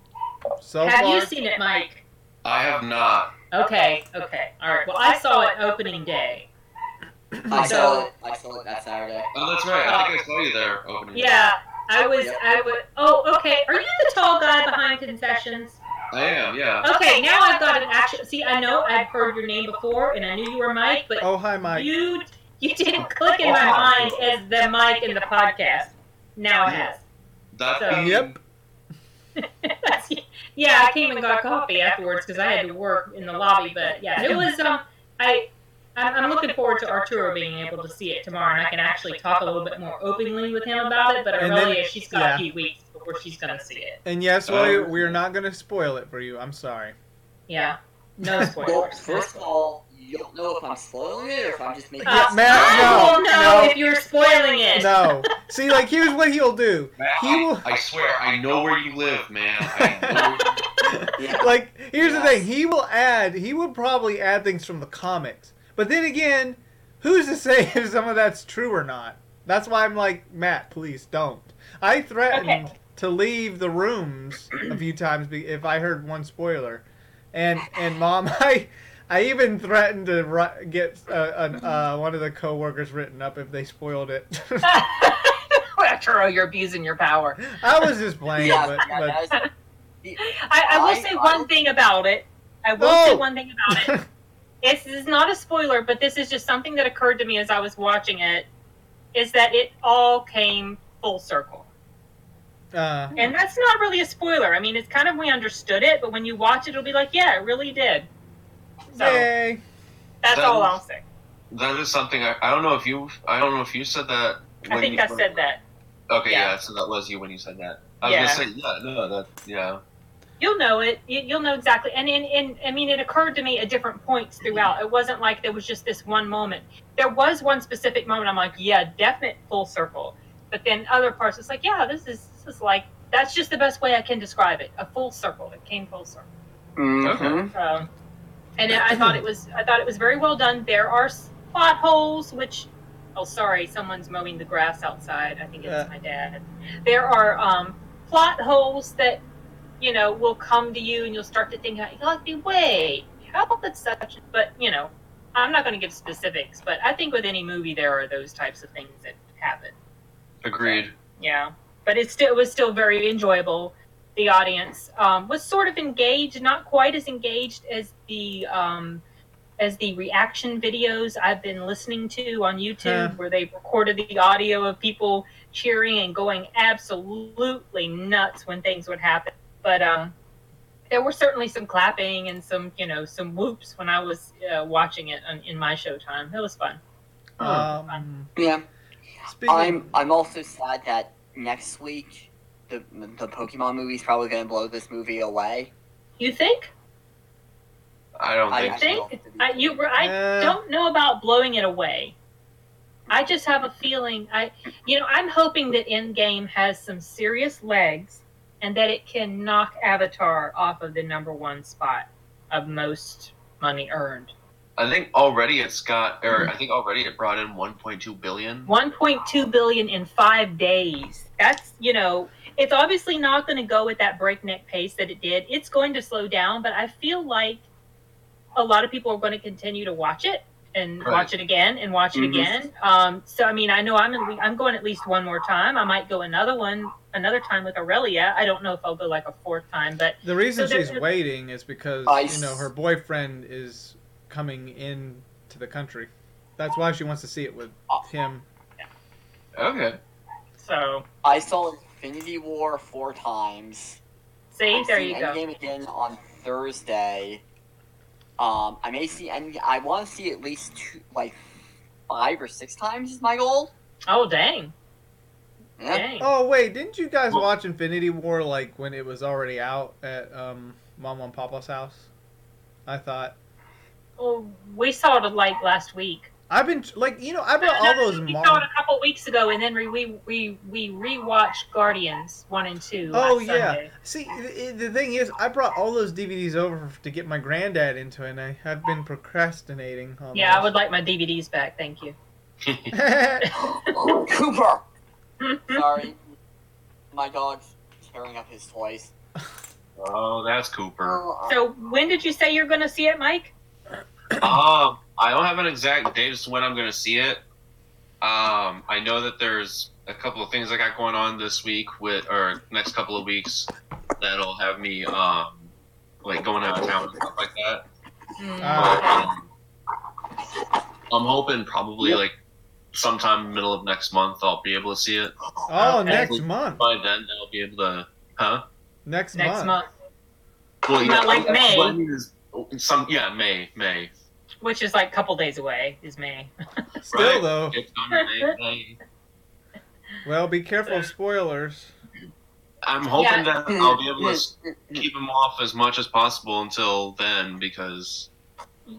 S6: So
S4: Have
S6: far,
S4: you seen it, Mike?
S5: I have not.
S4: Okay, okay, all right. Well, I saw it opening day.
S7: I
S4: So-
S7: saw it. I saw it that Saturday.
S5: Oh, that's right. I think I saw you there. Opening.
S4: Yeah, I was,
S7: Yep.
S4: I was. Oh, okay. Are you the tall guy behind concessions?
S5: I am. Yeah.
S4: Okay, now I've got an action. See, I know I've heard your name before, and I knew you were Mike, but
S6: oh hi, Mike.
S4: you you didn't click in my mind as the Oh, Mike in the podcast. Now it has.
S5: That.
S4: So-
S6: Yep.
S4: yeah, I came and got coffee afterwards because I had to work in the lobby. But yeah, it was um, I I'm, I'm looking forward to Arturo being able to see it tomorrow, and I can actually talk a little bit more openly with him about it. But
S6: And then-
S4: Aurelia, she's got
S6: yeah.
S4: a few weeks before she's gonna see it.
S6: And yes, William,
S5: Um,
S6: we're not going to spoil it for you. I'm sorry.
S4: Yeah, no
S7: Well,
S4: spoilers.
S7: first of all, you don't know if I'm spoiling it or if I'm just making.
S6: Yeah,
S4: Uh,
S6: man,
S4: I
S6: no,
S4: will know
S6: no.
S4: if you're spoiling it.
S6: No. See, like, here's what he'll do.
S5: Man,
S6: He
S5: I-
S6: will-
S5: I swear, I know where you live, man. I know where you-
S7: Yeah.
S6: Like, here's the
S7: Yes.
S6: thing. He will add, he would probably add things from the comics. But then again, who's to say if some of that's true or not? That's why I'm like, Matt, please don't. I threatened to leave the rooms a few times be- if I heard one spoiler. And and mom, I I even threatened to ri- get uh, an, uh, one of the coworkers written up if they spoiled it.
S4: Arturo, you're abusing your power.
S6: I was just playing,
S7: yeah,
S6: but,
S7: yeah,
S6: but
S7: that was-
S4: I, I will
S7: I-
S4: say
S7: I-
S4: one thing about it. I will
S6: No.
S4: say one thing about it. It's, this is not a spoiler, but this is just something that occurred to me as I was watching it. Is that it all came full circle,
S6: uh,
S4: and that's not really a spoiler. I mean, it's kind of we understood it, but when you watch it, it'll be like, yeah, it really did. So
S6: yay.
S4: that's
S5: That
S4: all
S5: was-
S4: I'll say.
S5: That is something I, I don't know if you I don't know if you said that.
S4: I
S5: when
S4: think
S5: you-
S4: I said that.
S5: Okay,
S4: yeah.
S5: yeah. so that was you when you said that. I
S4: Yeah.
S5: was gonna say yeah, no, that yeah.
S4: You'll know it. You, you'll know exactly. And in, in, I mean, it occurred to me at different points throughout. It wasn't like there was just this one moment. There was one specific moment. I'm like, yeah, definite full circle. But then other parts, it's like, yeah, this is this is like that's just the best way I can describe it. A full circle. It came full circle.
S7: Mhm.
S4: Um, and I thought it was I thought it was very well done. There are s- plot holes, which oh sorry, someone's mowing the grass outside. I think it's
S6: Yeah.
S4: my dad. There are um, plot holes that you know will come to you, and you'll start to think, like, wait, how about that such? But you know, I'm not going to give specifics, but I think with any movie there are those types of things that happen.
S5: Agreed.
S4: Yeah, but it still it was still very enjoyable. The audience um, was sort of engaged, not quite as engaged as the um, as the reaction videos I've been listening to on YouTube,
S6: Huh.
S4: where they recorded the audio of people cheering and going absolutely nuts when things would happen. But um, there were certainly some clapping and some you know some whoops when I was uh, watching it on, in my showtime. It was fun.
S6: Um,
S7: Yeah.
S6: speaking
S7: I'm I'm also sad that next week the the Pokemon movie's probably gonna blow this movie away.
S4: You think?
S5: I don't
S7: I
S5: think, so.
S4: think I, you were. I
S6: Uh,
S4: don't know about blowing it away. I just have a feeling I you know, I'm hoping that Endgame has some serious legs and that it can knock Avatar off of the number one spot of most money earned.
S5: I think already it's got or I think already it brought in one point two billion.
S4: One point two billion in five days. That's you know, it's obviously not gonna go at that breakneck pace that it did. It's going to slow down, but I feel like a lot of people are going to continue to watch it and
S5: Right.
S4: watch it again and watch it
S7: Mhm.
S4: again. Um, so I mean, I know I'm at le- I'm going at least one more time. I might go another one another time with Aurelia. I don't know if I'll go like a fourth time, but
S6: the reason
S4: so
S6: she's
S4: there's-
S6: waiting is because
S7: I
S6: you know her boyfriend is coming in to the country. That's why she wants to see it with him.
S5: Okay.
S4: so
S7: I saw Infinity War four times.
S4: see,
S7: I'm
S4: there
S7: seeing
S4: you go.
S7: Endgame again on Thursday. Um, I may see End. I want to see at least two, like five or six times is my goal.
S4: Oh dang,
S7: Yeah.
S4: dang.
S6: Oh wait, didn't you guys watch Infinity War like when it was already out at um, Mom and Papa's house? I thought
S4: Well, we saw it like last week.
S6: I've been like you know I brought all those.
S4: we
S6: Mar-
S4: saw it a couple weeks ago, and then we we we, we rewatched Guardians one and two.
S6: Oh,
S4: last
S6: yeah.
S4: Sunday.
S6: See, the, the thing is, I brought all those DVDs over to get my granddad into, it, and I have been procrastinating. On
S4: yeah. I would like my DVDs back. Thank you.
S6: would.
S7: Cooper. Sorry, my dog's tearing up his toys.
S5: Oh, that's Cooper.
S4: So when did you say you're going to see it, Mike?
S5: Um, I don't have an exact date as to when I'm going to see it. Um, I know that there's a couple of things I got going on this week with or next couple of weeks that'll have me um like going out of town and stuff like that.
S4: Mm,
S6: Ah.
S4: okay.
S5: Um, I'm hoping probably like sometime middle of next month I'll be able to see it.
S6: oh,
S4: Okay.
S6: next month.
S5: By then I'll be able to, huh?
S6: Next,
S4: next
S6: month.
S4: month.
S5: Well,
S4: Not like
S5: what I
S4: May.
S5: mean is- Some yeah, May, May.
S4: which is like a couple days away, is May.
S6: Still
S5: Right.
S6: though,
S5: It's on the main thing.
S6: well, be careful of spoilers.
S5: I'm hoping
S4: Yeah. Mm-hmm.
S5: that I'll be able to s- keep him off as much as possible until then because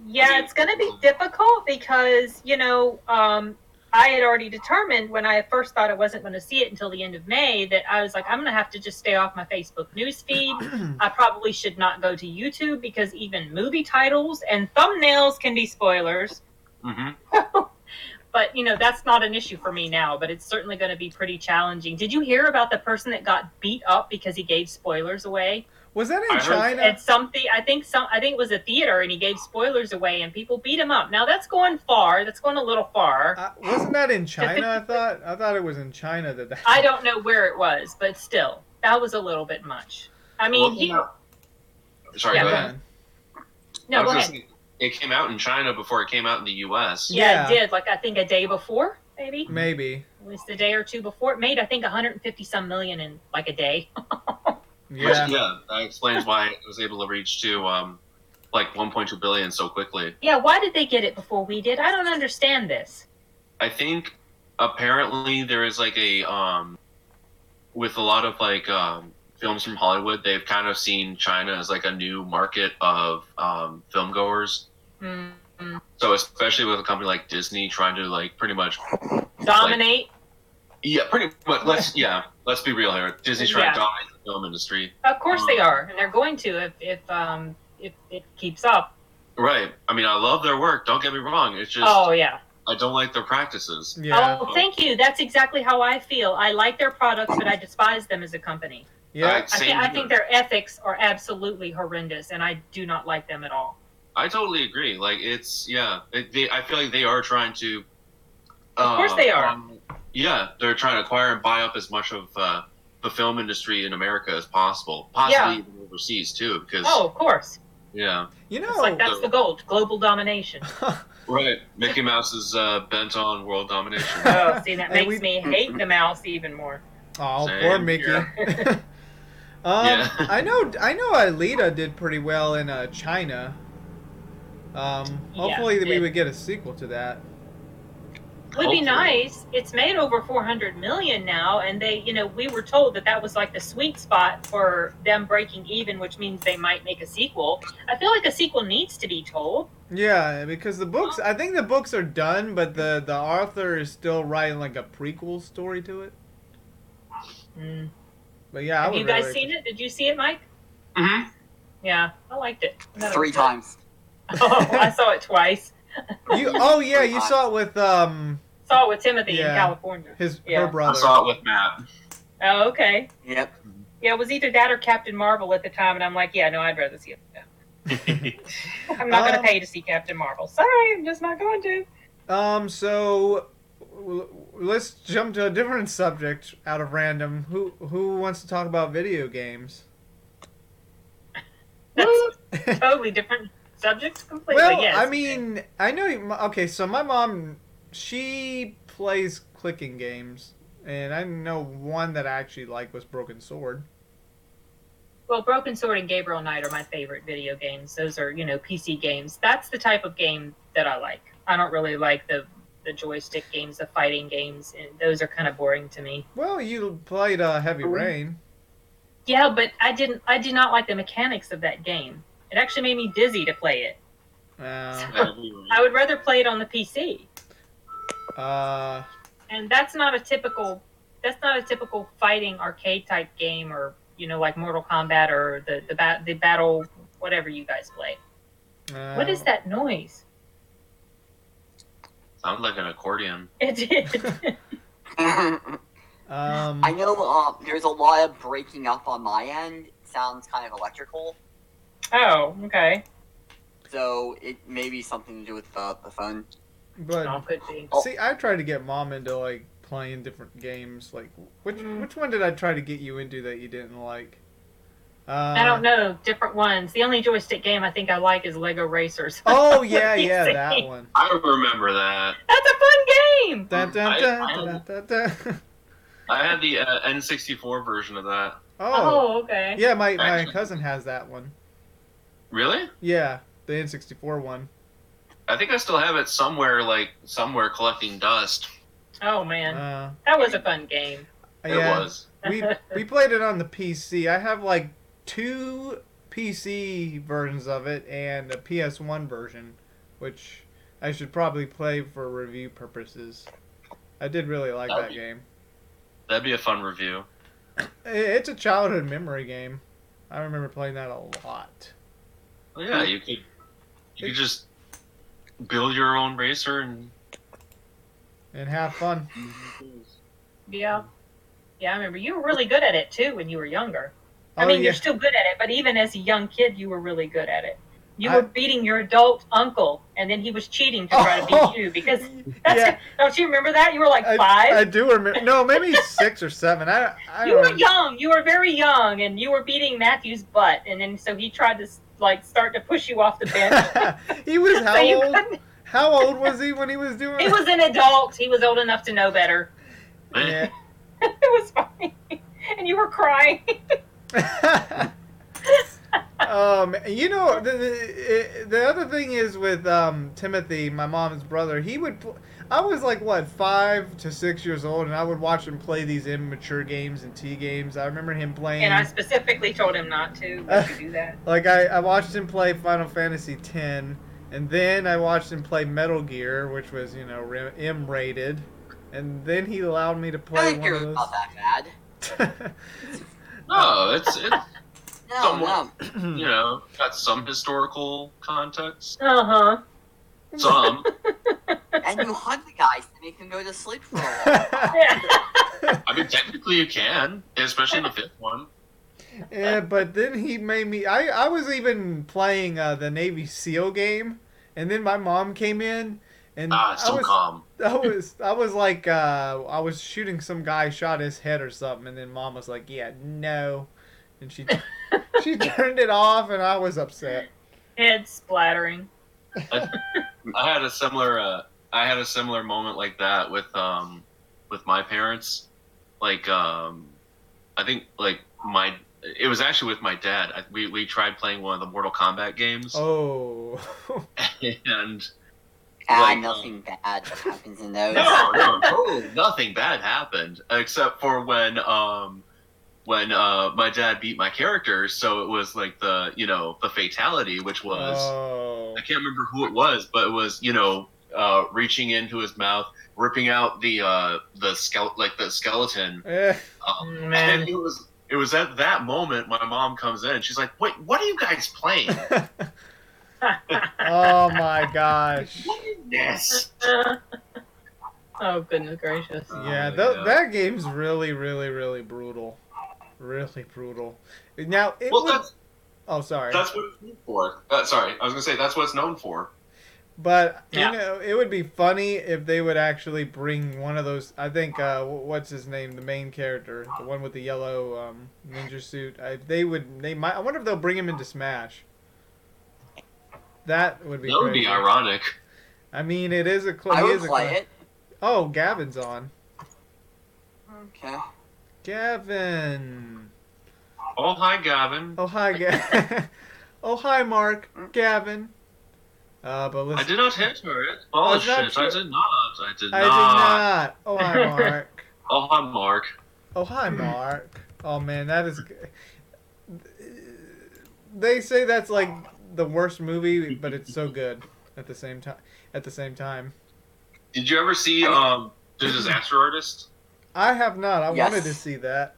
S4: Yeah, it's going to be difficult because, you know, um, I had already determined when I first thought I wasn't going to see it until the end of May that I was like, I'm going to have to just stay off my Facebook news feed. I probably should not go to YouTube because even movie titles and thumbnails can be spoilers.
S5: Mhm.
S4: But, you know, that's not an issue for me now, but it's certainly going to be pretty challenging. Did you hear about the person that got beat up because he gave spoilers away?
S6: Was that in
S5: I heard-
S6: China?
S4: at something i think some i think it was a theater and he gave spoilers away and people beat him up now that's going far that's going a little far
S6: Uh, wasn't that in China? I thought I thought it was in China that that.
S4: i don't know where it was but still that was a little bit much i mean
S5: Well,
S4: he,
S5: you know- sorry,
S4: Yeah,
S5: go
S4: go
S5: ahead. I
S4: no go
S5: was gonna
S4: ahead
S5: say, It came out in China before it came out in the U.S.
S4: yeah, it
S6: Yeah.
S4: did like i think a day before maybe
S6: Maybe.
S4: it was the day or two before it made i think 150 some million in like a day
S5: Which,
S6: Yeah.
S5: yeah, that explains why it was able to reach to um, like 1.2 billion so quickly.
S4: yeah why did they get it before we did i don't understand this
S5: I think apparently there is like a um, with a lot of like um, films from Hollywood, they've kind of seen China as like a new market of um, film goers.
S4: Mm,
S5: So especially with a company like Disney trying to like pretty much
S4: dominate
S5: yeah pretty much let's yeah let's be real here Disney's trying
S4: Yeah.
S5: to dominate the film industry
S4: of course they are and they're going to if if um if it keeps up
S5: right I mean I love their work don't get me wrong it's just
S4: oh yeah
S5: I don't like their practices
S6: Yeah.
S4: Oh, thank you. That's exactly how I feel. I like their products, but I despise them as a company.
S6: Yeah.
S4: I, thi-
S5: Same
S4: I
S5: here.
S4: think their ethics are absolutely horrendous, and I do not like them at all.
S5: I totally agree. Like it's yeah, it, they, I feel like they are trying to.
S4: Of course they are.
S5: um, yeah, they're trying to acquire and buy up as much of uh, the film industry in America as possible, possibly
S4: Yeah.
S5: even overseas too. Because
S4: Oh, of course.
S5: yeah,
S6: You
S4: It's
S6: know.
S4: like that's the goal global domination.
S5: right. Mickey Mouse is uh, bent on world domination.
S4: Oh, see, that
S6: And
S4: makes
S6: we-
S4: me hate the mouse even more.
S6: Oh,
S5: Same
S6: poor Mickey.
S4: here.
S6: um,
S5: Yeah.
S6: I know. I know. Alita did pretty well in uh, China. Um,
S4: Yeah,
S6: hopefully that we
S4: did.
S6: would get a sequel to that.
S4: Would be
S5: Hopefully.
S4: nice. It's made over 400 million now, and they, you know, we were told that that was like the sweet spot for them breaking even, which means they might make a sequel. I feel like a sequel needs to be told.
S6: Yeah, because the books. I think the books are done, but the the author is still writing like a prequel story to it.
S4: Mm.
S6: But yeah, I
S4: Have
S6: would
S4: you guys
S6: really-
S4: seen it? Did you see it, Mike?
S5: Mhm.
S4: Yeah, I liked it.
S7: Three times.
S4: Oh, I saw it twice.
S6: You, oh yeah, you saw it with um
S4: Saw it with Timothy
S6: Yeah.
S4: in California.
S6: his
S4: Yeah.
S6: her
S5: I
S6: brother.
S5: saw it with Matt.
S4: Oh, okay.
S7: Yep.
S4: Yeah, it was either that or Captain Marvel at the time, and I'm like, yeah, no, I'd rather see it. I'm not going
S6: Um,
S4: to pay to see Captain Marvel. Sorry, I'm just not going to.
S6: Um, so w- let's jump to a different subject out of random. Who who wants to talk about video games?
S4: That's totally different subjects completely.
S6: well,
S4: yes.
S6: I mean, I know. You, my- okay, so my mom, she plays clicking games, and I know one that I actually like was Broken Sword.
S4: Well, Broken Sword and Gabriel Knight are my favorite video games. Those are, you know, PC games. That's the type of game that I like. I don't really like the the joystick games, the fighting games, and those are kind of boring to me.
S6: Well, you played uh,
S4: Oh.
S6: Heavy Rain.
S4: Yeah, but I didn't. I did not like the mechanics of that game. It actually made me dizzy to play it.
S6: Uh,
S4: I would rather play it on the PC,
S6: uh,
S4: and that's not a typical. That's not a typical fighting arcade type game, or you know, like Mortal Kombat or the the, ba- the battle, whatever you guys play.
S6: uh,
S4: What is that noise?
S5: Sounds like an accordion.
S4: It did.
S7: I
S6: Um,
S7: know um, there's a lot of breaking up on my end. sounds kind of electrical.
S4: oh, okay.
S7: So it may be something to do with the, the phone.
S4: Oh,
S6: but
S4: could be.
S6: see, I tried to get mom into like playing different games. Like, which
S4: Mm.
S6: which one did I try to get you into that you didn't like? Uh,
S4: I don't know. Different ones. The only joystick game I think I like is Lego Racers.
S6: Oh yeah,
S4: He's
S6: yeah, that
S4: saying-
S6: one.
S5: I remember that.
S4: That's a fun game.
S6: Dun, dun,
S5: I-
S6: dun,
S5: I-
S6: dun, dun, dun.
S5: I had the uh, N64 version of that.
S6: Oh,
S4: Oh, okay.
S6: yeah, my, my
S5: Actually-
S6: cousin has that one.
S5: Really?
S6: Yeah, the N64 one.
S5: I think I still have it somewhere, like somewhere collecting dust.
S4: Oh man,
S6: Uh,
S4: that was a fun game.
S5: It
S6: yeah.
S5: was.
S6: we we played it on the PC. I have like two PC versions of it and a PS1 version, which I should probably play for review purposes. I did really like that game.
S5: That'd be a fun review.
S6: I- It's a childhood memory game. I remember playing that a lot.
S5: Well, yeah, you could you could just build your own racer and
S6: And have fun.
S4: Yeah, yeah, I remember you were really good at it too when you were younger. I
S6: Oh,
S4: mean,
S6: yeah.
S4: you're still good at it, but even as a young kid, you were really good at it. You
S6: I-
S4: were beating your adult uncle, and then he was cheating to try to
S6: Oh.
S4: beat you because that's.
S6: Yeah.
S4: Don't you remember that? You were like
S6: I,
S4: five.
S6: I do remember. No, maybe six or seven. I, I
S4: you
S6: don't
S4: were
S6: know.
S4: young. You were very young, and you were beating Matthew's butt, and then so he tried to like start to push you off the bench.
S6: he was how
S4: so you
S6: old?
S4: couldn't.
S6: How old was he when he was doing
S4: He was an adult. He was old enough to know better.
S6: Yeah.
S4: it was funny, and you were crying.
S6: um, you know, the, the, the other thing is with um, Timothy, my mom's brother, he would. Pl- I was like, what, five to six years old, and I would watch him play these immature games and T games. I remember him playing.
S4: And I specifically told him not to. Not to do that.
S6: Like I, I watched him play Final Fantasy X, and then I watched him play Metal Gear, which was you know re- M rated, and then he allowed me to play
S7: Metal
S6: one
S7: Gear
S6: of
S7: was not that bad.
S6: those.
S5: no, it's it's
S7: No,
S5: Somewhat.
S7: no.
S5: you know got some historical context.
S4: Uh
S6: Uh-huh.
S4: huh.
S5: Some
S7: And you hug the guys to make them go to sleep for a while.
S4: Yeah.
S5: I mean technically you can, especially in the fifth one.
S6: yeah, but then he made me. I I was even playing uh, the Navy SEAL game, and then my mom came in, and
S5: Ah, it's
S6: I
S5: so
S6: was
S5: calm.
S6: I was I was like uh, I was shooting some guy shot his head or something, and then mom was like, "Yeah, no," and she she turned it off, and I was upset.
S4: Head splattering.
S5: I had a similar uh, I had a similar moment like that with um with my parents. Like um I think like my it was actually with my dad. I, we we tried playing one of the Mortal Kombat games
S6: Oh,
S5: and
S7: Ah,
S5: Like, um,
S7: nothing bad happens in those.
S5: no, no, totally nothing bad happened except for when um when uh my dad beat my character, so it was like the, you know, the fatality which was
S6: oh.
S5: I can't remember who it was, but it was you know uh, reaching into his mouth, ripping out the uh, the skele- like the skeleton.
S6: Eh,
S5: Um, and
S4: Man.
S5: it was it was at that moment my mom comes in. She's like, "Wait, what are you guys playing?
S6: oh my gosh.
S5: yes,
S4: oh goodness gracious.
S6: Yeah,
S5: Oh,
S6: tho-
S5: yeah.
S6: that game's really, really, really brutal. Really brutal. Now it
S5: Well,
S6: was.
S5: that's
S6: oh, sorry.
S5: that's what it's known for. Uh, sorry, I was gonna say that's what it's known for.
S6: But
S4: Yeah.
S6: you know, it would be funny if they would actually bring one of those. I think uh, wh- what's his name, the main character, the one with the yellow um, ninja suit. I, they would. They might. I wonder if they'll bring him into Smash. That would be.
S5: That would be
S6: crazy.
S5: ironic.
S6: I mean, it is a. Cl-
S7: I
S6: he
S7: would
S6: is a
S7: play
S6: cl-
S7: it.
S6: Oh, Gavin's on.
S7: Okay.
S6: Gavin.
S5: Oh hi, Gavin.
S6: Oh hi, Gavin. oh hi, Mark. Gavin. Uh, but
S5: I
S6: listen.
S5: did not hit her. It's bullshit.
S6: not
S5: I
S6: Oh, true.
S5: did not. I did
S6: I did
S5: not.
S6: not. Oh hi, Mark.
S5: Oh hi, Mark.
S6: Oh, hi, Mark. Oh, man, that is. g- They say that's like the worst movie, but it's so good at the same time. At the same time,
S5: Did you ever see um, the Disaster Artist?
S6: I have not. I
S7: Yes.
S6: wanted to see that.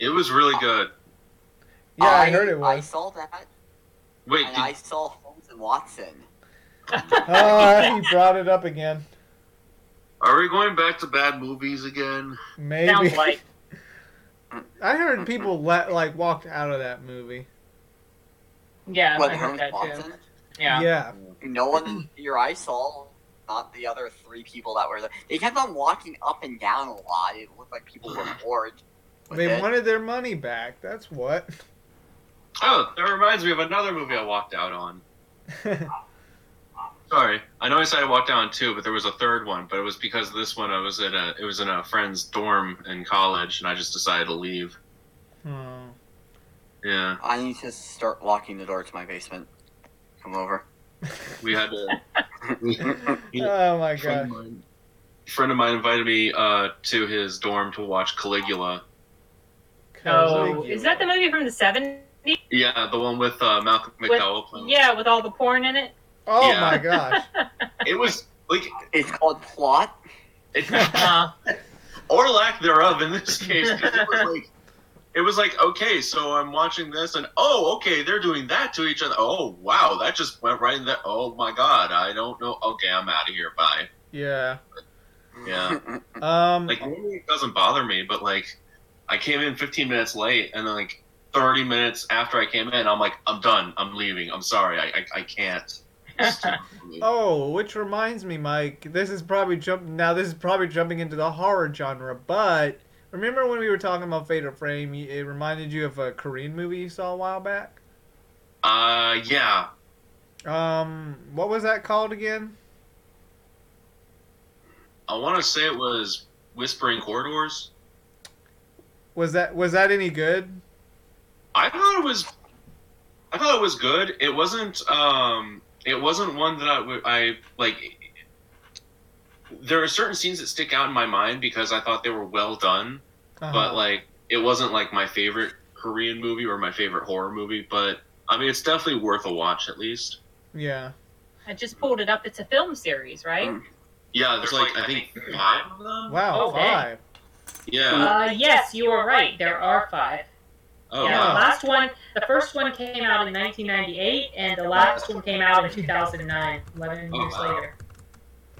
S5: It was really good.
S6: Yeah, I, heard it
S7: I
S6: was.
S7: saw that,
S5: Wait,
S7: and
S5: did,
S7: I saw Holmes and Watson.
S6: Ah, he brought it up again.
S5: are we going back to bad movies again?
S6: Maybe.
S4: Sounds like
S6: I heard people let like walked out of that movie.
S4: yeah,
S7: What,
S4: I heard
S7: Holmes
S4: that
S7: and
S4: too.
S7: Watson?
S4: Yeah.
S6: Yeah.
S7: No one in your I saw, not the other three people that were there. They kept on walking up and down a lot. It looked like people were bored. with
S6: They
S7: it.
S6: wanted their money back. That's what.
S5: Oh, that reminds me of another movie I walked out on. Sorry, I know I said I walked out on two, but there was a third one. But it was because of this one I was at a it was in a friend's dorm in college, and I just decided to leave.
S6: Hmm.
S5: Yeah,
S7: I need to start locking the door to my basement. Come over.
S5: we had to
S6: Oh my
S4: uh,
S3: Friend of
S6: god.
S3: mine.
S5: friend of mine invited me uh, to his dorm to watch Caligula.
S4: Oh,
S6: Caligula.
S4: is that the movie from the 70s?
S5: Yeah, the one with uh, Malcolm
S4: With-
S5: McDowell playing.
S4: Yeah, with all the porn in it.
S6: Oh
S5: Yeah.
S6: my gosh.
S5: It was like,
S7: It's called Plot.
S5: it,
S4: Uh,
S5: or lack thereof in this case. 'cause It was like, it was like, okay, so I'm watching this, and oh, okay, they're doing that to each other. Oh, wow, that just went right in there. Oh my god, I don't know. Okay, I'm out of here. Bye.
S6: Yeah.
S5: Yeah.
S6: Um.
S5: Like normally it doesn't bother me, but like I came in 15 minutes late, and then like 30 minutes after I came in, I'm like, I'm done. I'm leaving. I'm sorry. I I, I can't. It's too early.
S6: Oh, which reminds me, Mike. This is probably jump. Now this is probably jumping into the horror genre, but remember when we were talking about Fatal Frame? you- It reminded you of a Korean movie you saw a while back.
S5: Uh, yeah.
S6: Um, what was that called again?
S5: I want to say it was Whispering Corridors.
S6: Was that was that any good?
S5: I thought it was, I thought it was good. It wasn't, um, it wasn't one that I, would- I like. There are certain scenes that stick out in my mind because I thought they were well done,
S6: Uh-huh.
S5: but like it wasn't like my favorite Korean movie or my favorite horror movie. But I mean, it's definitely worth a watch at least.
S6: yeah,
S4: I just pulled it up. It's a film series, right?
S5: Mm-hmm.
S7: Mm.
S5: Yeah, there's like I think five of them.
S6: wow,
S4: Oh,
S6: five.
S5: Yeah.
S4: Uh, yes, you are right. There are five.
S5: Oh
S4: yeah, the
S5: wow.
S4: last one, the first one came out in 1998, and the last one came out in 2009, 11
S5: Oh,
S4: years
S5: wow.
S4: later.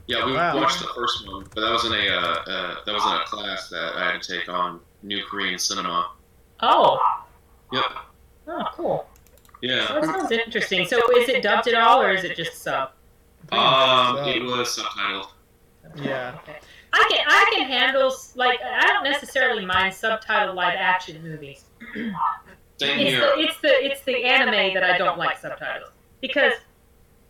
S5: Yeah, we
S6: Wow.
S5: watched the first one, but that was in a uh, uh, that was in a class that I had to take on new Korean cinema.
S4: Oh,
S5: Yep.
S4: oh, cool.
S5: Yeah.
S4: So that sounds interesting. So is it dubbed at all, or is it just sub?
S5: Um,
S6: I
S5: it
S6: think it was,
S5: was subtitled.
S6: Yeah.
S4: Okay. I can I can handle like I don't necessarily mind subtitled live action movies.
S5: Same
S4: It's the,
S5: here.
S4: it's the it's the anime that I don't like subtitles because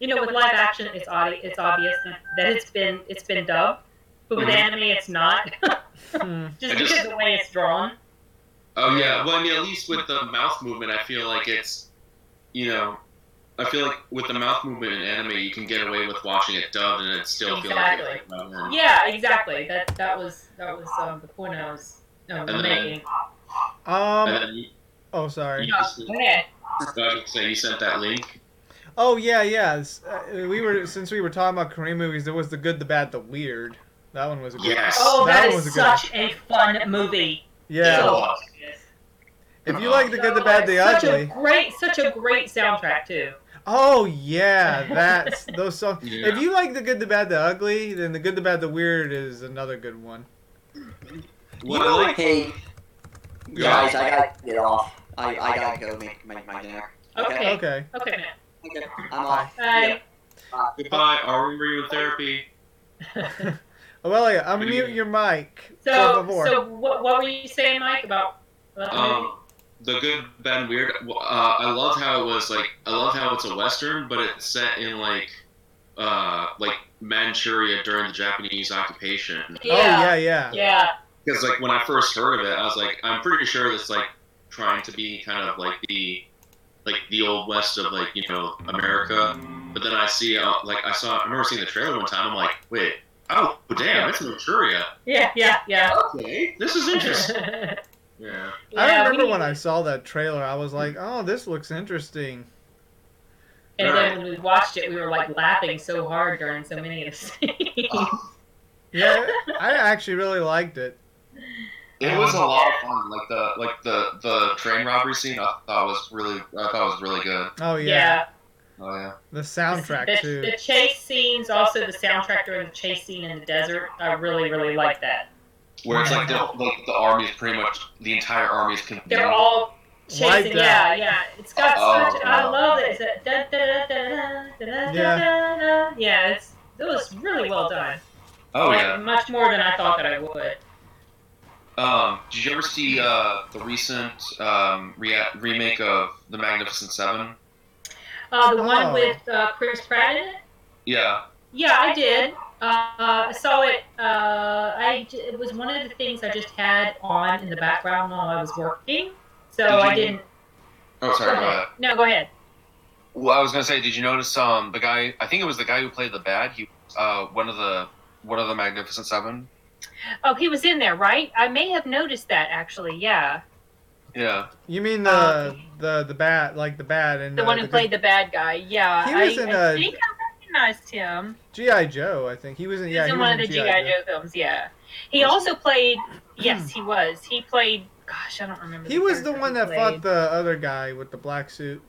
S4: you know with live action it's audi- it's obvious that, that it's been it's been dubbed, but with
S5: Mhm.
S4: anime it's not
S6: Hmm.
S4: just
S5: I just-
S4: because of the way it's drawn.
S5: Oh yeah. Well, I mean, at least with the mouth movement, I feel like it's, you know, I feel like with the mouth movement in anime, you can get away with watching it dubbed and it still feel like it's
S4: Exactly.
S5: like mouth
S4: Yeah, exactly. That that was that was um, the point I was um,
S5: then-
S4: making.
S5: And
S6: Um.
S5: then you,
S6: Oh, sorry.
S5: you just, I
S4: Okay.
S5: was gonna say you sent that link.
S6: Oh yeah, yeah. s- uh, we were since we were talking about Korean movies. There was the good, the bad, the weird. That one was a good.
S5: Yes.
S4: Oh,
S6: That
S4: that
S6: was a
S4: is
S6: good one.
S4: such a fun movie.
S6: Yeah.
S4: So-
S6: If you like the good, the bad, the
S4: such
S6: ugly.
S4: A great, such a great soundtrack too.
S6: Oh yeah, that's those songs.
S5: Yeah.
S6: If you like the good, the bad, the ugly, then the good, the bad, the weird is another good one.
S5: What
S7: You
S5: I
S7: know,
S5: like.
S7: hey,
S5: Go
S7: guys,
S5: ahead.
S7: I gotta get off. I, I gotta go make, make my dinner.
S4: Okay.
S6: Okay.
S4: Okay, man.
S7: Okay, I'm off.
S4: Bye.
S5: Goodbye. I'll remember you in therapy.
S6: Aurelia, unmute your mic. Oh,
S4: So,
S6: por favor.
S4: so what, what were you saying, Mike, about? about the movie?
S5: Um, the good, bad, and weird. Uh, I love how it was like. I love how it's a western, but it's set in like, uh, like Manchuria during the Japanese occupation.
S6: oh yeah, yeah.
S4: yeah.
S5: Because like when I first heard of it, I was like, I'm pretty sure it's like trying to be kind of like the, like the old west of like you know America. But then I see uh, like I saw. I remember seeing the trailer one time. I'm like, wait, oh damn, it's Manchuria.
S4: Yeah. Yeah. Yeah.
S5: Okay, this is interesting. Yeah.
S6: I
S4: Yeah, we
S6: remember
S4: need-
S6: when I saw that trailer, I was like, "Oh, this looks interesting."
S4: And then when we watched it, we were like laughing so hard during so many of the scenes.
S6: Oh, Yeah, I actually really liked it.
S5: It was a lot of fun. Like the like the the train robbery scene, I thought was really I thought was really good.
S6: Oh yeah,
S5: Oh yeah.
S6: the
S4: the,
S6: soundtrack too.
S4: the chase scenes, also the soundtrack during the chase scene in the desert. I really, really like that.
S5: Where it's like the like the army is pretty much the entire army is convened.
S4: They're all
S6: Wiped
S4: chasing. Yeah, yeah. It's got
S5: Oh,
S4: such. I
S5: wow.
S4: love it. It's a, da, da, da, da, da, da, da, da, da. yeah. It's, it was really well done.
S5: Oh
S4: Like,
S5: yeah.
S4: Much more than I thought that I would.
S5: Um, did you ever see uh the recent um rea- remake of The Magnificent Seven?
S4: Uh, the one
S6: Oh.
S4: with uh, Chris Pratt in it.
S5: Yeah.
S4: Yeah, I did. Uh, uh, I saw it. Uh, I j- it was one of the things I just had on in the background while I was working, so
S5: Did
S4: I
S5: you-
S4: didn't.
S5: Oh sorry. Go ahead.
S4: No, go ahead.
S5: Well, I was gonna say, did you notice um the guy? I think it was the guy who played the bad. He uh one of the one of the Magnificent Seven.
S4: Oh, he was in there, right? I may have noticed that actually. Yeah,
S5: Yeah,
S6: You mean the
S4: Um,
S6: the the bad like the bad and
S4: the
S6: uh,
S4: one who
S6: good-
S4: played the bad guy. Yeah,
S6: He was
S4: I,
S6: in
S4: I
S6: a-
S4: think I recognized him.
S6: GI Joe. I think he was in. Yeah,
S4: He's
S6: he
S4: in
S6: was
S4: one of the GI Joe films. Yeah, he also played. Yes, he was. He played. Gosh, I don't remember.
S6: He was the
S4: character
S6: one
S4: he
S6: that
S4: played.
S6: fought the other guy with the black suit.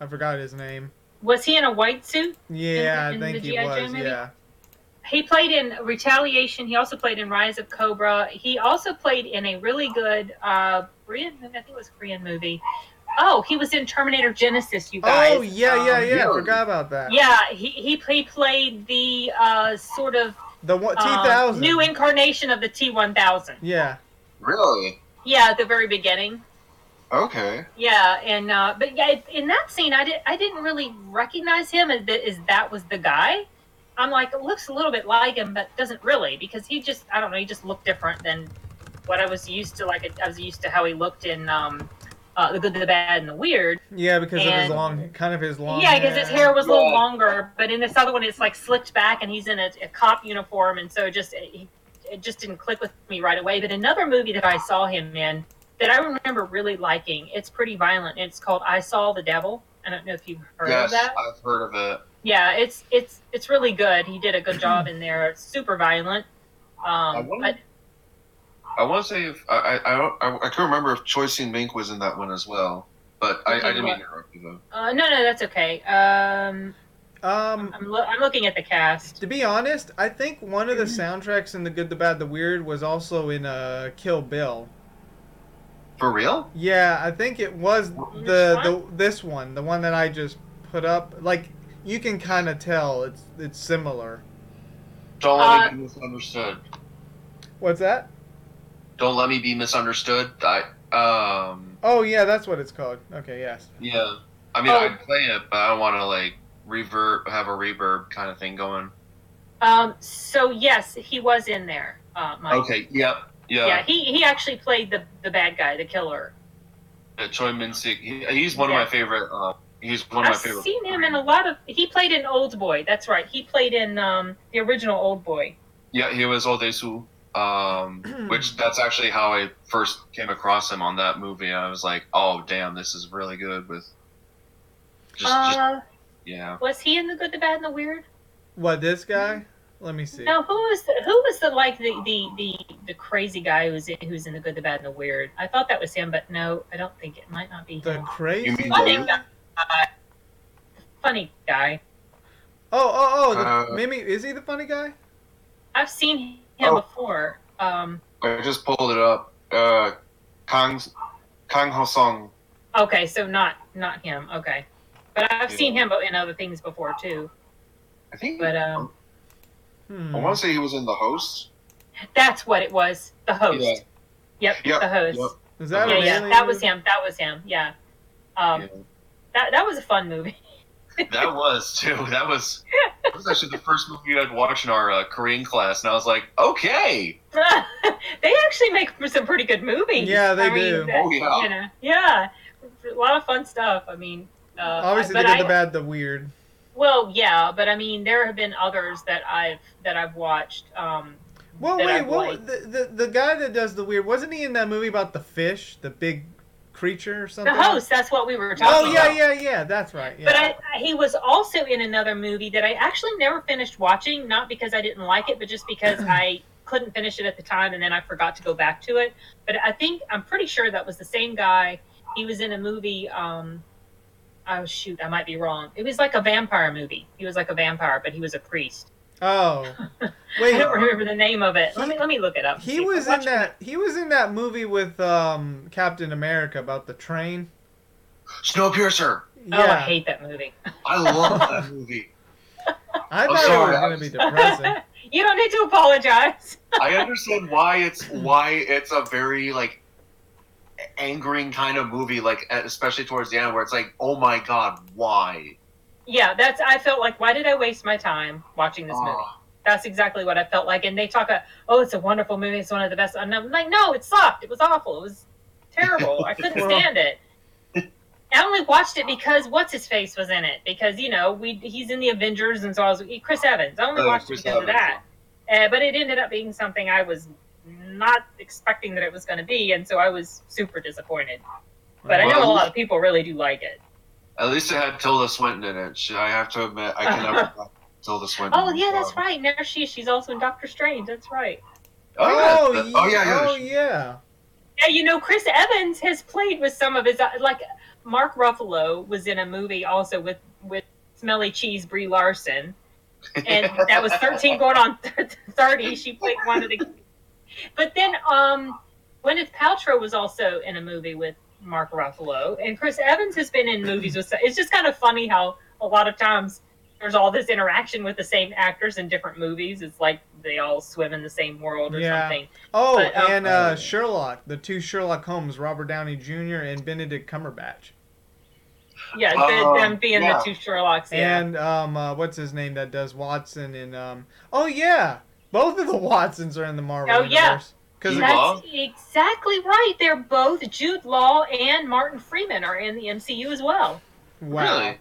S6: I forgot his name.
S4: Was he in a white suit?
S6: Yeah,
S4: in the
S6: I think he
S4: G.I. Joe
S6: was.
S4: movie?
S6: Yeah,
S4: He played in Retaliation. He also played in Rise of Cobra. He also played in a really good uh, Korean movie. I think it was a Korean movie. Oh, he was in Terminator Genesis, you guys.
S6: Oh yeah, yeah,
S4: Um,
S6: yeah. I
S5: really?
S6: forgot about that.
S4: Yeah, he, he, he played the uh, sort of
S6: the one T
S4: um,
S6: thousand.
S4: new incarnation of the T-1000.
S6: Yeah,
S5: really?
S4: Yeah, at the very beginning.
S5: Okay.
S4: Yeah, and uh, but yeah, it- in that scene, I did I didn't really recognize him as, the, as that was the guy. I'm like, it looks a little bit like him, but doesn't really because he just I don't know, he just looked different than what I was used to. Like I was used to how he looked in um, uh, the good, the bad, and the weird.
S6: yeah, because of his
S4: And-
S6: long, kind of his long.
S4: yeah, because his hair was a little
S5: Yeah.
S4: longer, but in this other one, it's like slicked back, and he's in a, a cop uniform, and so it just it, he- it just didn't click with me right away. But another movie that I saw him in that I remember really liking, it's pretty violent. It's called I Saw the Devil. I don't know if you've heard of
S5: yes,
S4: that.
S5: I've heard of it.
S4: Yeah, it's it's it's really good. He did a good job in there. It's super violent.
S5: I
S4: Um,
S5: wonder-
S4: but
S5: I want to say if I I I, don't, I I can't remember if Choi Sin Mink was in that one as well, but I, I didn't mean to interrupt you though.
S4: uh, no, no, that's okay. Um,
S6: Um,
S4: I'm lo- I'm looking at the cast.
S6: to be honest, I think one of the
S4: Mm-hmm.
S6: soundtracks in the Good, the Bad, the Weird was also in uh, Kill Bill.
S5: For real?
S6: Yeah, I think it was
S4: Which
S6: the the this one, the one that I just put up. Like you can kind of tell it's it's similar.
S5: Don't let
S4: Uh,
S5: me be misunderstood.
S6: What's that?
S5: Don't let me be misunderstood. I um
S6: Oh yeah, that's what it's called. Okay, yes.
S5: yeah. I mean,
S4: Oh.
S5: I'd play it, but I don't want to like reverb, have a reverb kind of thing going.
S4: Um, so yes, he was in there. Uh, Mike.
S5: Okay. Yep. Yeah.
S4: Yeah, he, he actually played the, the bad guy, the killer.
S5: Yeah, Choi Min Sik. He, he's one
S4: Yeah.
S5: of my favorite. Uh, he's one of
S4: I've
S5: my favorite.
S4: seen him in a lot of. He played in Old Boy. That's right. He played in um, the original Old Boy.
S5: Yeah, he was Odesu. Um, which that's actually how I first came across him on that movie. I was like, oh damn, this is really good with. Just, just
S4: uh,
S5: yeah.
S4: was he in the Good, the Bad, and the Weird?
S6: What this guy? Let me see.
S4: No, who was the, who was the like the, the, the, the crazy guy who's in, who's in the Good, the Bad, and the Weird? I thought that was him, but no, I don't think it might not be
S6: The
S4: him.
S6: crazy.
S5: You mean
S6: guy?
S4: the- Funny guy.
S6: Oh oh oh! The,
S5: Uh,
S6: maybe is he the funny guy?
S4: I've seen him
S5: Oh.
S4: before. Um,
S5: I just pulled it up. Uh, Kang, Kang Ho Song.
S4: okay, so not not him. Okay, but I've seen him in other things before too.
S5: I think.
S4: But um.
S6: Hmm.
S5: I want to say he was in The Host.
S4: That's what it was. The host.
S5: Yeah.
S4: Yep,
S5: Yep,
S4: The host.
S5: yep.
S6: Is that
S4: Yeah,
S6: a
S4: yeah.
S6: Bailey
S4: That was
S6: movie?
S4: him. That was him. Yeah. Um,
S5: Yeah.
S4: That that was a fun movie.
S5: That was too. That was. That was actually the first movie I'd watched in our uh, Korean class, and I was like, okay.
S4: they actually make some pretty good movies.
S6: Yeah, they
S4: I mean,
S6: do.
S4: that-
S5: Oh, yeah.
S4: You know, yeah. A lot of fun stuff. I mean, uh,
S6: Obviously, the
S4: but
S6: good,
S4: I,
S6: the bad, the weird.
S4: well, yeah, but I mean, there have been others that I've that I've watched. Um,
S6: Well,
S4: that
S6: wait,
S4: I've
S6: what
S4: liked.
S6: the, the the guy that does the weird wasn't he in that movie about the fish, the big creature or
S4: the
S6: something?
S4: host. That's what we were talking.
S6: Oh
S4: about.
S6: yeah, yeah, yeah. That's right. Yeah.
S4: But I, I- he was also in another movie that I actually never finished watching, not because I didn't like it, but just because I couldn't finish it at the time and then I forgot to go back to it. But I think, I'm pretty sure that was the same guy. He was in a movie. Um, oh, shoot, I might be wrong. It was like a vampire movie. He was like a vampire, but he was a priest.
S6: oh,
S4: I
S6: wait.
S4: don't remember the name of it. Let me, let me look it up. and see
S6: He
S4: if I
S6: was in
S4: watched it.
S6: that. He was in that movie with um, Captain America about the train.
S5: Snowpiercer.
S4: Oh, I hate that movie.
S5: I love that movie.
S6: I
S5: I'm
S6: thought
S5: Oh,
S6: it
S5: sorry,
S6: was
S5: I
S6: gonna
S5: was-
S6: be depressing.
S4: You don't need to apologize.
S5: I understand why it's why it's a very like angering kind of movie, like e, especially towards the end where it's like, oh my god, why?
S4: Yeah, that's. I felt like, why did I waste my time watching this movie?
S5: Ah,
S4: That's exactly what I felt like. And they talk about, oh, it's a wonderful movie. It's one of the best. And I'm like, no, it sucked. It was awful. It was terrible. I couldn't
S6: Well-
S4: stand it. I only watched it because what's his face was in it because you know we he's in the Avengers and so I was Chris Evans. I only
S5: Oh,
S4: watched
S5: Chris
S4: it because of
S5: Evans,
S4: that, uh, but it ended up being something I was not expecting that it was going to be, and so I was super disappointed. But I know a lot of people really do like it.
S5: At least it had Tilda Swinton in it. She- I have to admit, I can never like Tilda Swinton.
S4: Oh yeah, that's
S5: Um,
S4: right. Now she she's also in Doctor Strange. That's right.
S5: Oh,
S6: Oh,
S5: yeah,
S6: ye-
S5: oh yeah, yeah.
S6: Oh, yeah.
S4: Yeah, you know Chris Evans has played with some of his uh, like Mark Ruffalo was in a movie also with with Smelly Cheese Brie Larson. and that was 13 going on 30 she played one of the but then um gwyneth paltrow was also in a movie with mark ruffalo and chris evans has been in movies with it's just kind of funny how a lot of times there's all this interaction with the same actors in different movies it's like they all swim in the same world or
S6: Yeah.
S4: something
S6: Oh,
S4: But, um,
S6: and uh, Sherlock, the two Sherlock Holmes, Robert Downey Jr. and Benedict Cumberbatch,
S4: yeah
S5: Oh,
S4: the, them being
S5: yeah.
S4: the two sherlocks yeah
S6: and um, uh, what's his name that does Watson and um, oh yeah, both of the Watsons are in the Marvel
S4: Oh, yeah.
S6: universe. Because
S5: Jude
S4: That's
S5: Law?
S4: exactly right. They're both Jude Law and Martin Freeman are in the MCU as well.
S6: wow,
S5: Really?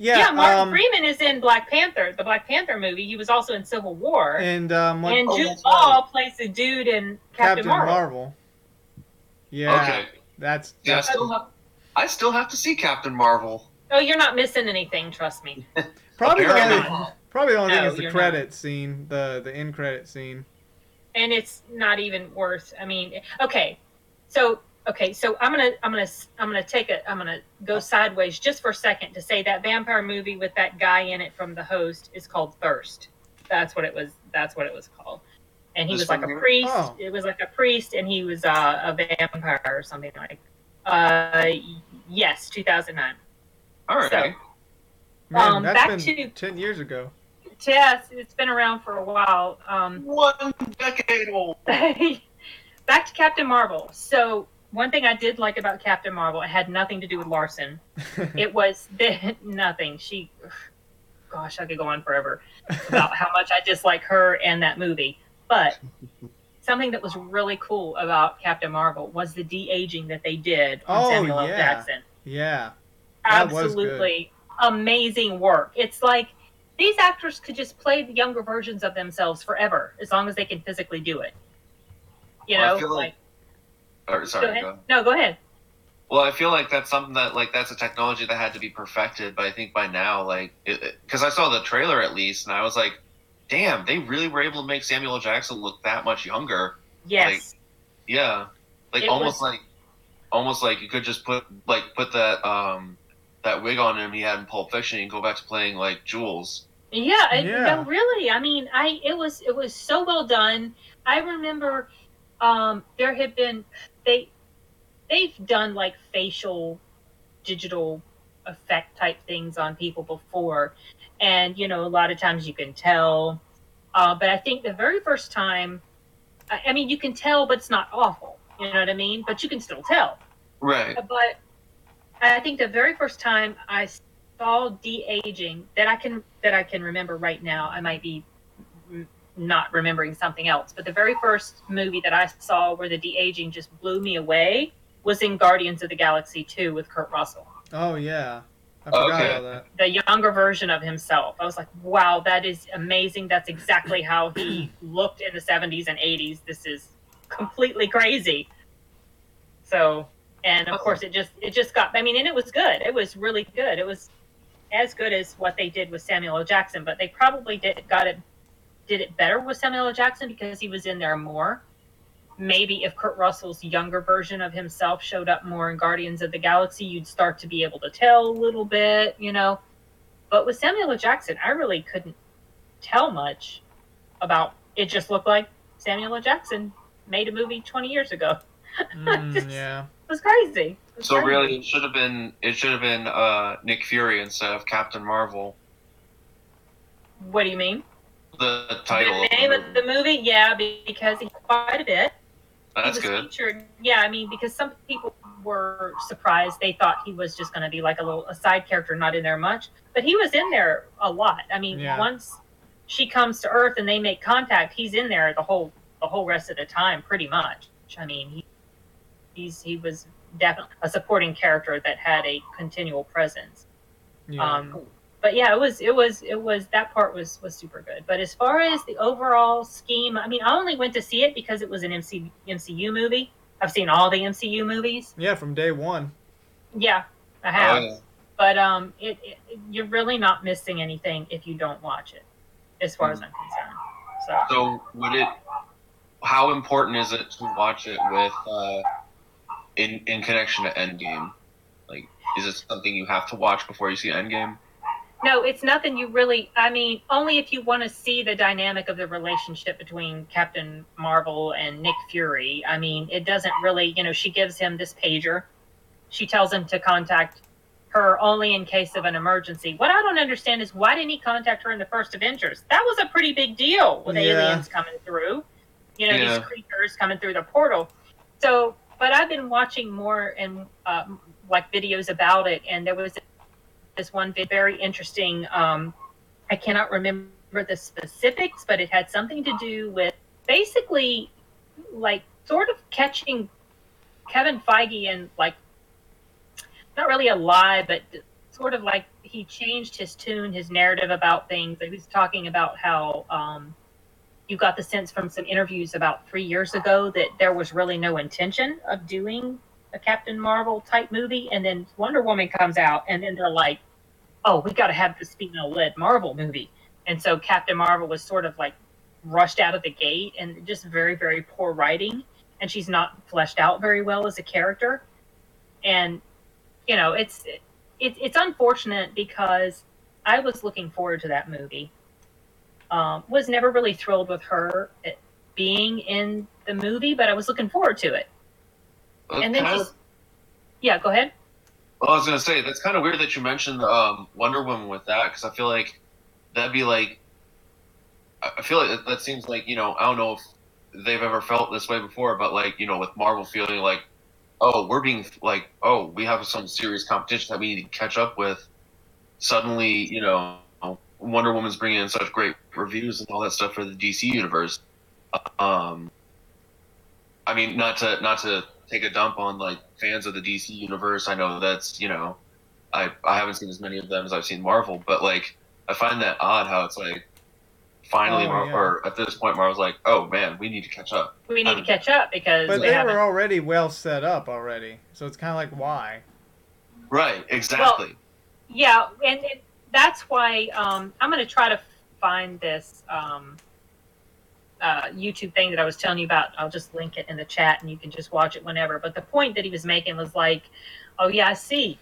S6: yeah,
S4: yeah, Martin
S6: um,
S4: Freeman is in Black Panther, the Black Panther movie. He was also in Civil War. And,
S6: and um, what,
S5: oh,
S4: Jude
S5: that's right.
S4: Law plays the dude in Captain,
S6: Captain
S4: Marvel.
S6: Yeah,
S5: Okay.
S6: that's
S5: Yeah, I
S6: that's
S5: still have. I still have to see Captain Marvel.
S4: Oh, you're not missing anything, trust me.
S6: probably the
S5: Apparently
S6: only, probably the only thing
S4: No,
S6: is the
S4: you're
S6: credit scene, the the end credit scene.
S4: And it's not even worth. I mean, okay, so okay, so I'm gonna I'm gonna I'm gonna take a I'm gonna go sideways just for a second to say that vampire movie with that guy in it from The Host is called Thirst. That's what it was. That's what it was called. And he
S5: This
S4: was like
S5: one
S4: a
S5: here?
S4: priest.
S6: Oh.
S4: It was like a priest, and he was uh, a vampire or something like. Uh, yes, 2009.
S5: All right.
S6: Man,
S4: Um,
S6: that's
S4: back
S6: been
S4: to-
S6: ten years ago.
S4: Yes, it's been around for a while. Um,
S5: One decade old.
S4: back to Captain Marvel. So one thing I did like about Captain Marvel, it had nothing to do with Larson. It was the, nothing. She, gosh, I could go on forever about how much I dislike her and that movie. But something that was really cool about Captain Marvel was the de aging that they did on
S6: Oh,
S4: Samuel L.
S6: yeah.
S4: Jackson
S6: yeah, That was good.
S4: absolutely amazing work. It's like these actors could just play the younger versions of themselves forever as long as they can physically do it. You
S5: Well, I
S4: know,
S5: feel
S4: like,
S5: like- Or, sorry.
S4: go ahead.
S5: go ahead.
S4: No, go ahead.
S5: Well, I feel like that's something that like that's a technology that had to be perfected, but I think by now, like, because I saw the trailer at least, and I was like, "Damn, they really were able to make Samuel L. Jackson look that much younger."
S4: Yes.
S5: Yeah, like
S4: It
S5: almost
S4: was-
S5: like, almost like you could just put like put that um that wig on him he had in Pulp Fiction and go back to playing like Jules.
S4: yeah, it,
S6: Yeah.
S4: No, really. I mean, I it was it was so well done. I remember um there had been they they've done like facial digital effect type things on people before and you know a lot of times you can tell uh, but i think the very first time I, I mean you can tell but it's not awful you know what i mean but you can still tell
S5: Right.
S4: but i think the very first time i saw de-aging that i can that i can remember right now i might be m- not remembering something else but the very first movie that i saw where the de-aging just blew me away was in guardians of the galaxy 2 with kurt russell
S6: Oh yeah, I forgot
S5: Okay.
S6: about that.
S4: the younger version of himself. I was like, wow, that is amazing. That's exactly how he looked in the 70s and 80s. This is completely crazy. So, and of course it just it just got I mean, and it was good. It was really good. It was as good as what they did with Samuel L. Jackson, but they probably did got it did it better with Samuel L. Jackson because he was in there more. Maybe if Kurt Russell's younger version of himself showed up more in Guardians of the Galaxy, you'd start to be able to tell a little bit, you know. But with Samuel L. Jackson, I really couldn't tell much about it. Just looked like Samuel L. Jackson made a movie 20 years ago.
S6: Mm, yeah.
S4: It was crazy. It was
S5: So
S4: crazy.
S5: really, it should have been it should have been uh, Nick Fury instead of Captain Marvel.
S4: what do you mean?
S5: The title.
S4: the name
S5: of
S4: of the movie, yeah, be- because he quite a bit.
S5: Oh, That's
S4: he was
S5: good.
S4: featured. Yeah, I mean, because some people were surprised; they thought he was just going to be like a little a side character, not in there much. But he was in there a lot. I mean,
S6: Yeah.
S4: once she comes to Earth and they make contact, he's in there the whole the whole rest of the time, pretty much. I mean, he, he's he was definitely a supporting character that had a continual presence.
S6: Yeah.
S4: Um, but yeah, it was it was it was that part was was super good. But as far as the overall scheme, I mean, I only went to see it because it was an MC, MCU movie. I've seen all the MCU movies.
S6: yeah, from day one.
S4: Yeah, I have.
S5: Oh,
S4: But um, it, it you're really not missing anything if you don't watch it, as far as I'm concerned. So
S5: So would it? How important is it to watch it with uh, in in connection to Endgame? Like, is it something you have to watch before you see Endgame?
S4: no, it's nothing you really. I mean, only if you want to see the dynamic of the relationship between Captain Marvel and Nick Fury. I mean, it doesn't really. You know, she gives him this pager. She tells him to contact her only in case of an emergency. What I don't understand is why didn't he contact her in the first Avengers? That was a pretty big deal with
S6: Yeah.
S4: aliens coming through. You know,
S5: Yeah.
S4: these creatures coming through the portal. So, but I've been watching more and um, like videos about it, and there was this one vid- very interesting. Um, I cannot remember the specifics, but it had something to do with basically like sort of catching Kevin Feige and like not really a lie, but sort of like he changed his tune, his narrative about things. He was talking about how um, you got the sense from some interviews about three years ago that there was really no intention of doing a Captain Marvel type movie, and then Wonder Woman comes out, and then they're like, "Oh, we got to have this female-led Marvel movie," and so Captain Marvel was sort of like rushed out of the gate and just very, very poor writing, and she's not fleshed out very well as a character, and you know, it's it, it's unfortunate because I was looking forward to that movie. Um, was never really thrilled with her eh, being in the movie, but I was looking forward to it.
S5: That's
S4: and then
S5: kind of-
S4: just yeah, go ahead.
S5: Well, I was gonna say that's kind of weird that you mentioned um, Wonder Woman with that because I feel like that'd be like I I feel like that, that seems like you know I don't know if they've ever felt this way before, but like you know with Marvel feeling like oh we're being like oh we have some serious competition that we need to catch up with. Suddenly, you know, Wonder Woman's bringing in such great reviews and all that stuff for the DC universe. Um, I mean, not to not to take a dump on like fans of the DC universe. I know that's you know, I I haven't seen as many of them as I've seen Marvel, but like I find that odd how it's like finally
S6: Oh,
S5: Mar-
S6: yeah.
S5: or at this point Marvel's like, oh man, we need to catch up.
S4: We need to
S5: Um,
S4: catch up because
S6: Uh, But
S4: they
S6: they
S4: haven't-
S6: were already well set up already, so it's kind of like why?
S5: Right, exactly.
S4: Yeah, and it, that's why um, I'm going to try to find this um, uh, YouTube thing that I was telling you about. I'll just link it in the chat, and you can just watch it whenever. But the point that he was making was like, "Oh yeah, I see.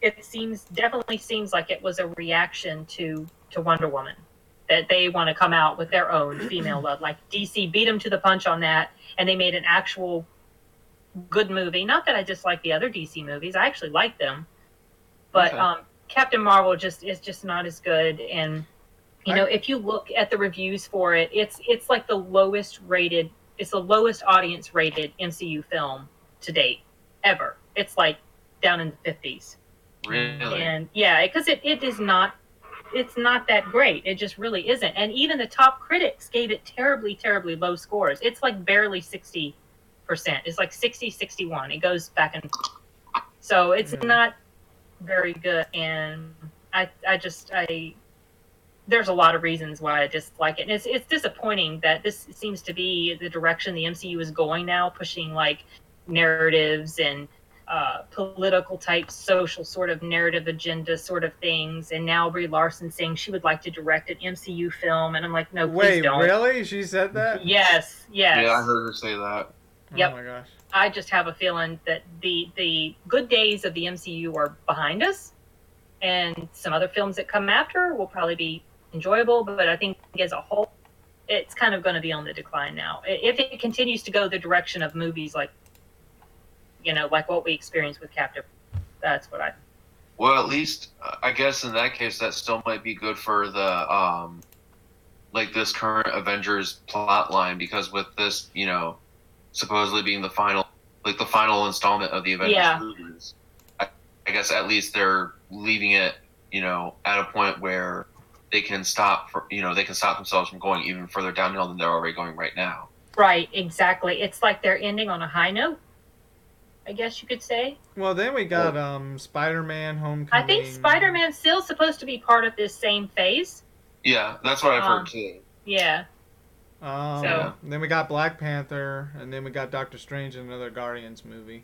S4: It seems definitely seems like it was a reaction to to Wonder Woman that they want to come out with their own female love. Like DC beat them to the punch on that, and they made an actual good movie. Not that I dislike the other DC movies; I actually like them, but
S5: Okay.
S4: um, Captain Marvel just is just not as good. And you
S6: I-
S4: know, if you look at the reviews for it, it's it's like the lowest rated. It's the lowest audience rated MCU film to date ever. It's like down in the fifties
S5: Really,
S4: and yeah because it, it is not it's not that great it just really isn't and even the top critics gave it terribly terribly low scores it's like barely 60% it's like 60 61 it goes back and so it's
S6: Yeah.
S4: not very good and i i just i there's a lot of reasons why i dislike it and it's it's disappointing that this seems to be the direction the mcu is going now pushing like narratives and uh, political type, social sort of narrative agenda sort of things. And now Brie Larson saying she would like to direct an MCU film, and I'm like, no, please
S6: Wait,
S4: don't.
S6: really? She said that?
S4: Yes, yes.
S5: yeah, I heard her say that.
S4: Yep.
S6: Oh my gosh.
S4: I just have a feeling that the the good days of the MCU are behind us, and some other films that come after will probably be enjoyable. But I think as a whole, it's kind of going to be on the decline now. I- If it continues to go the direction of movies like, you know, like what we experienced with Captain, that's what I.
S5: Well, at least uh, I guess in that case, that still might be good for the um, like this current Avengers plot line because with this, you know, supposedly being the final, like the final installment of the Avengers
S4: Yeah.
S5: movies, I, I guess at least they're leaving it, you know, at a point where they can stop, for, you know, they can stop themselves from going even further downhill than they're already going right now.
S4: Right, exactly. It's like they're ending on a high note. I guess you could say.
S6: Well, then we got um Spider-Man Homecoming.
S4: I think Spider Man's still supposed to be part of this same phase.
S5: Yeah, that's what I've
S4: Um,
S5: heard too.
S4: Yeah.
S6: Um,
S4: So-
S6: Then we got Black Panther, and then we got Doctor Strange in another Guardians movie.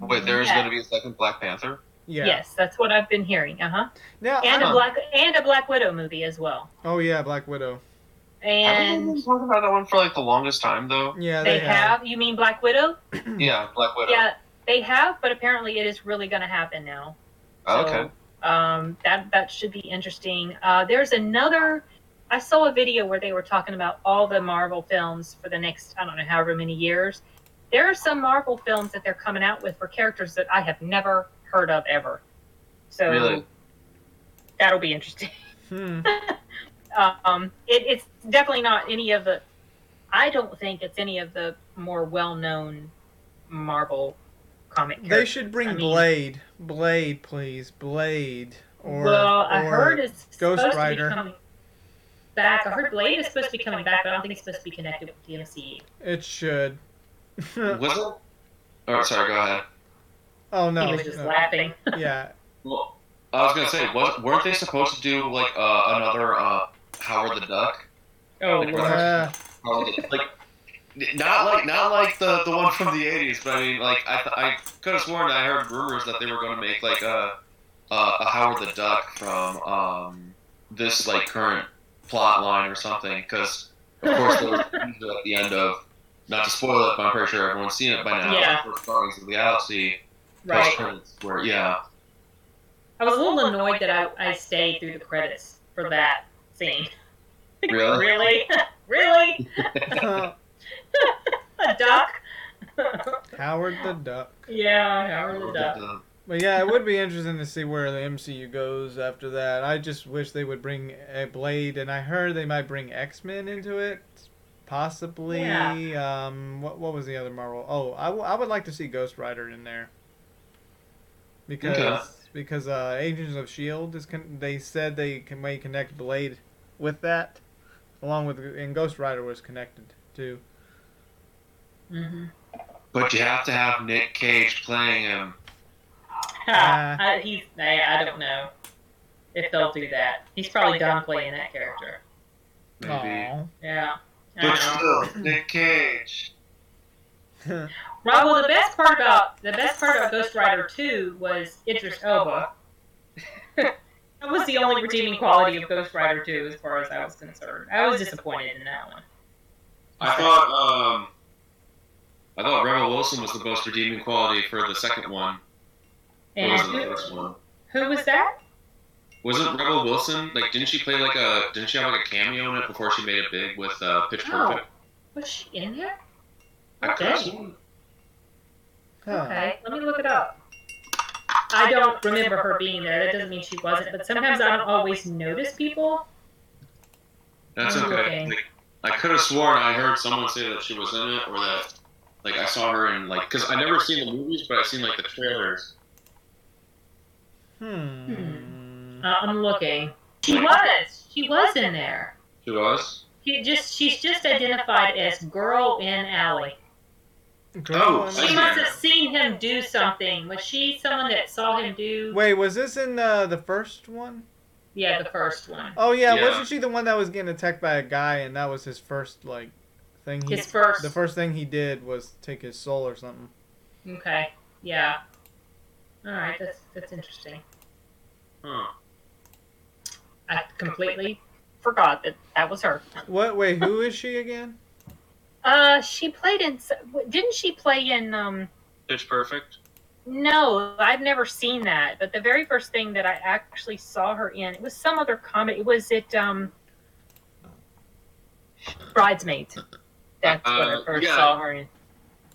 S5: Wait, there is
S4: yeah.
S5: going to be a second Black Panther.
S6: Yeah.
S4: Yes, that's what I've been hearing. Uh huh.
S6: Now,
S4: And
S6: I-
S4: a black and a Black Widow movie as well.
S6: oh yeah, Black Widow.
S5: Haven't they
S4: And
S5: been talking about that one for like the longest time though?
S6: Yeah,
S4: they have. You mean Black Widow?
S5: Yeah, Black Widow.
S4: Yeah, they have, but apparently it is really going to happen now.
S5: Oh, okay.
S4: So, um, that that should be interesting. Uh, there's another. I saw a video where they were talking about all the Marvel films for the next I don't know however many years. There are some Marvel films that they're coming out with for characters that I have never heard of ever. So
S5: Really?
S4: that'll be interesting.
S6: Hmm.
S4: Um, it, it's definitely not any of the. I don't think it's any of the more well-known Marvel comic.
S6: They
S4: characters.
S6: should bring
S4: I mean-
S6: Blade. Blade, please, Blade. Or,
S4: well, I
S6: or-
S4: heard it's
S6: Ghost
S4: supposed
S6: Rider.
S4: to be coming back. I heard Blade is supposed to be coming back, but I don't think it's supposed to be connected with the MCU.
S6: it should.
S5: Was it? Hmm. Oh, sorry. Go ahead.
S6: oh no.
S4: he was just
S6: no.
S4: laughing.
S6: Yeah.
S5: Well, I was gonna say, was, weren't they supposed to do like uh, another uh, Howard the Duck?
S4: Oh,
S5: Like,
S4: Lord.
S6: Uh,
S5: Um, like not like not like the, the one from the '80s, but I mean, like I th- I could have sworn I heard rumors that they were going to make like a, a a Howard the Duck from um this like current plot line or something. Because of course there was a teaser at the end of not to spoil it, but I'm pretty sure everyone's seen it by now.
S4: Yeah.
S5: First Guardians of the Galaxy.
S4: right.
S5: post-credits Where, yeah.
S4: I was a little annoyed that I, I stayed through the credits for that scene.
S5: Really?
S4: Really? really? A duck?
S6: Howard the Duck.
S4: yeah, Howard the Duck.
S6: But yeah, it would be interesting to see where the MCU goes after that. I just wish they would bring a Blade, and I heard they might bring X Men into it, possibly. Um, what what was the other Marvel? Oh, I, w- I would like to see Ghost Rider in there. Because
S5: Okay.
S6: because uh, Agents of Shield is con- they said they can may connect Blade with that, along with and Ghost Rider was connected too.
S4: Mm-hmm.
S5: But you have to have Nick Cage playing him.
S6: Ah.
S4: Uh, I, he's, I, I don't know if they'll do that. He's probably done playing that character.
S5: Maybe.
S6: Aw.
S4: Yeah. I
S5: But
S4: don't know.
S5: still, Nick Cage.
S4: Right, well, the best part about the best part about Ghost Rider Two was Idris Elba. that was the only redeeming quality of Ghost Rider Two, as far as I was concerned. I was disappointed in that one.
S5: I thought um, I thought Rebel Wilson was the most redeeming quality for the second one. Or
S4: And
S5: was it the
S4: who,
S5: first one?
S4: who was that?
S5: Wasn't Rebel Wilson like? Didn't she play like a? Didn't she have like a cameo in it before she made it big with uh, Pitch
S4: No.
S5: Perfect?
S4: Was she in there?
S5: I could have
S4: Oh, Okay.
S5: sworn-
S6: Huh.
S4: Okay, let me look it up. I don't remember her being there. That doesn't mean she wasn't. But sometimes I don't always notice people.
S5: That's
S4: I'm
S5: okay.
S4: looking.
S5: Like, I could have sworn I heard someone say that she was in it, or that like I saw her in like because I never seen the movies, but I seen like the trailers.
S6: Hmm.
S4: Uh, I'm looking. She was. She was in there.
S5: She was.
S4: She just she's just identified as girl in alley.
S6: Girl in
S5: Oh, I
S4: She
S5: see.
S6: the-
S4: must have seen him do something. Was she someone that saw him do?
S6: Wait, was this in uh, the first one?
S4: Yeah, the first one.
S6: Oh yeah,
S5: Yeah.
S6: wasn't she the one that was getting attacked by a guy, and that was his first like thing? He,
S4: His first.
S6: the first thing he did was take his soul or something.
S4: Okay. Yeah. All right. That's that's interesting.
S5: Huh.
S4: I completely forgot that that was her.
S6: What? Wait, who is she again?
S4: Uh, she played in. s- w- Didn't she play in? Um,
S5: Pitch Perfect.
S4: no, I've never seen that. But the very first thing that I actually saw her in, it was some other comedy. Was it um, Bridesmaids? That's what I
S5: Uh,
S4: first
S5: yeah.
S4: saw her in.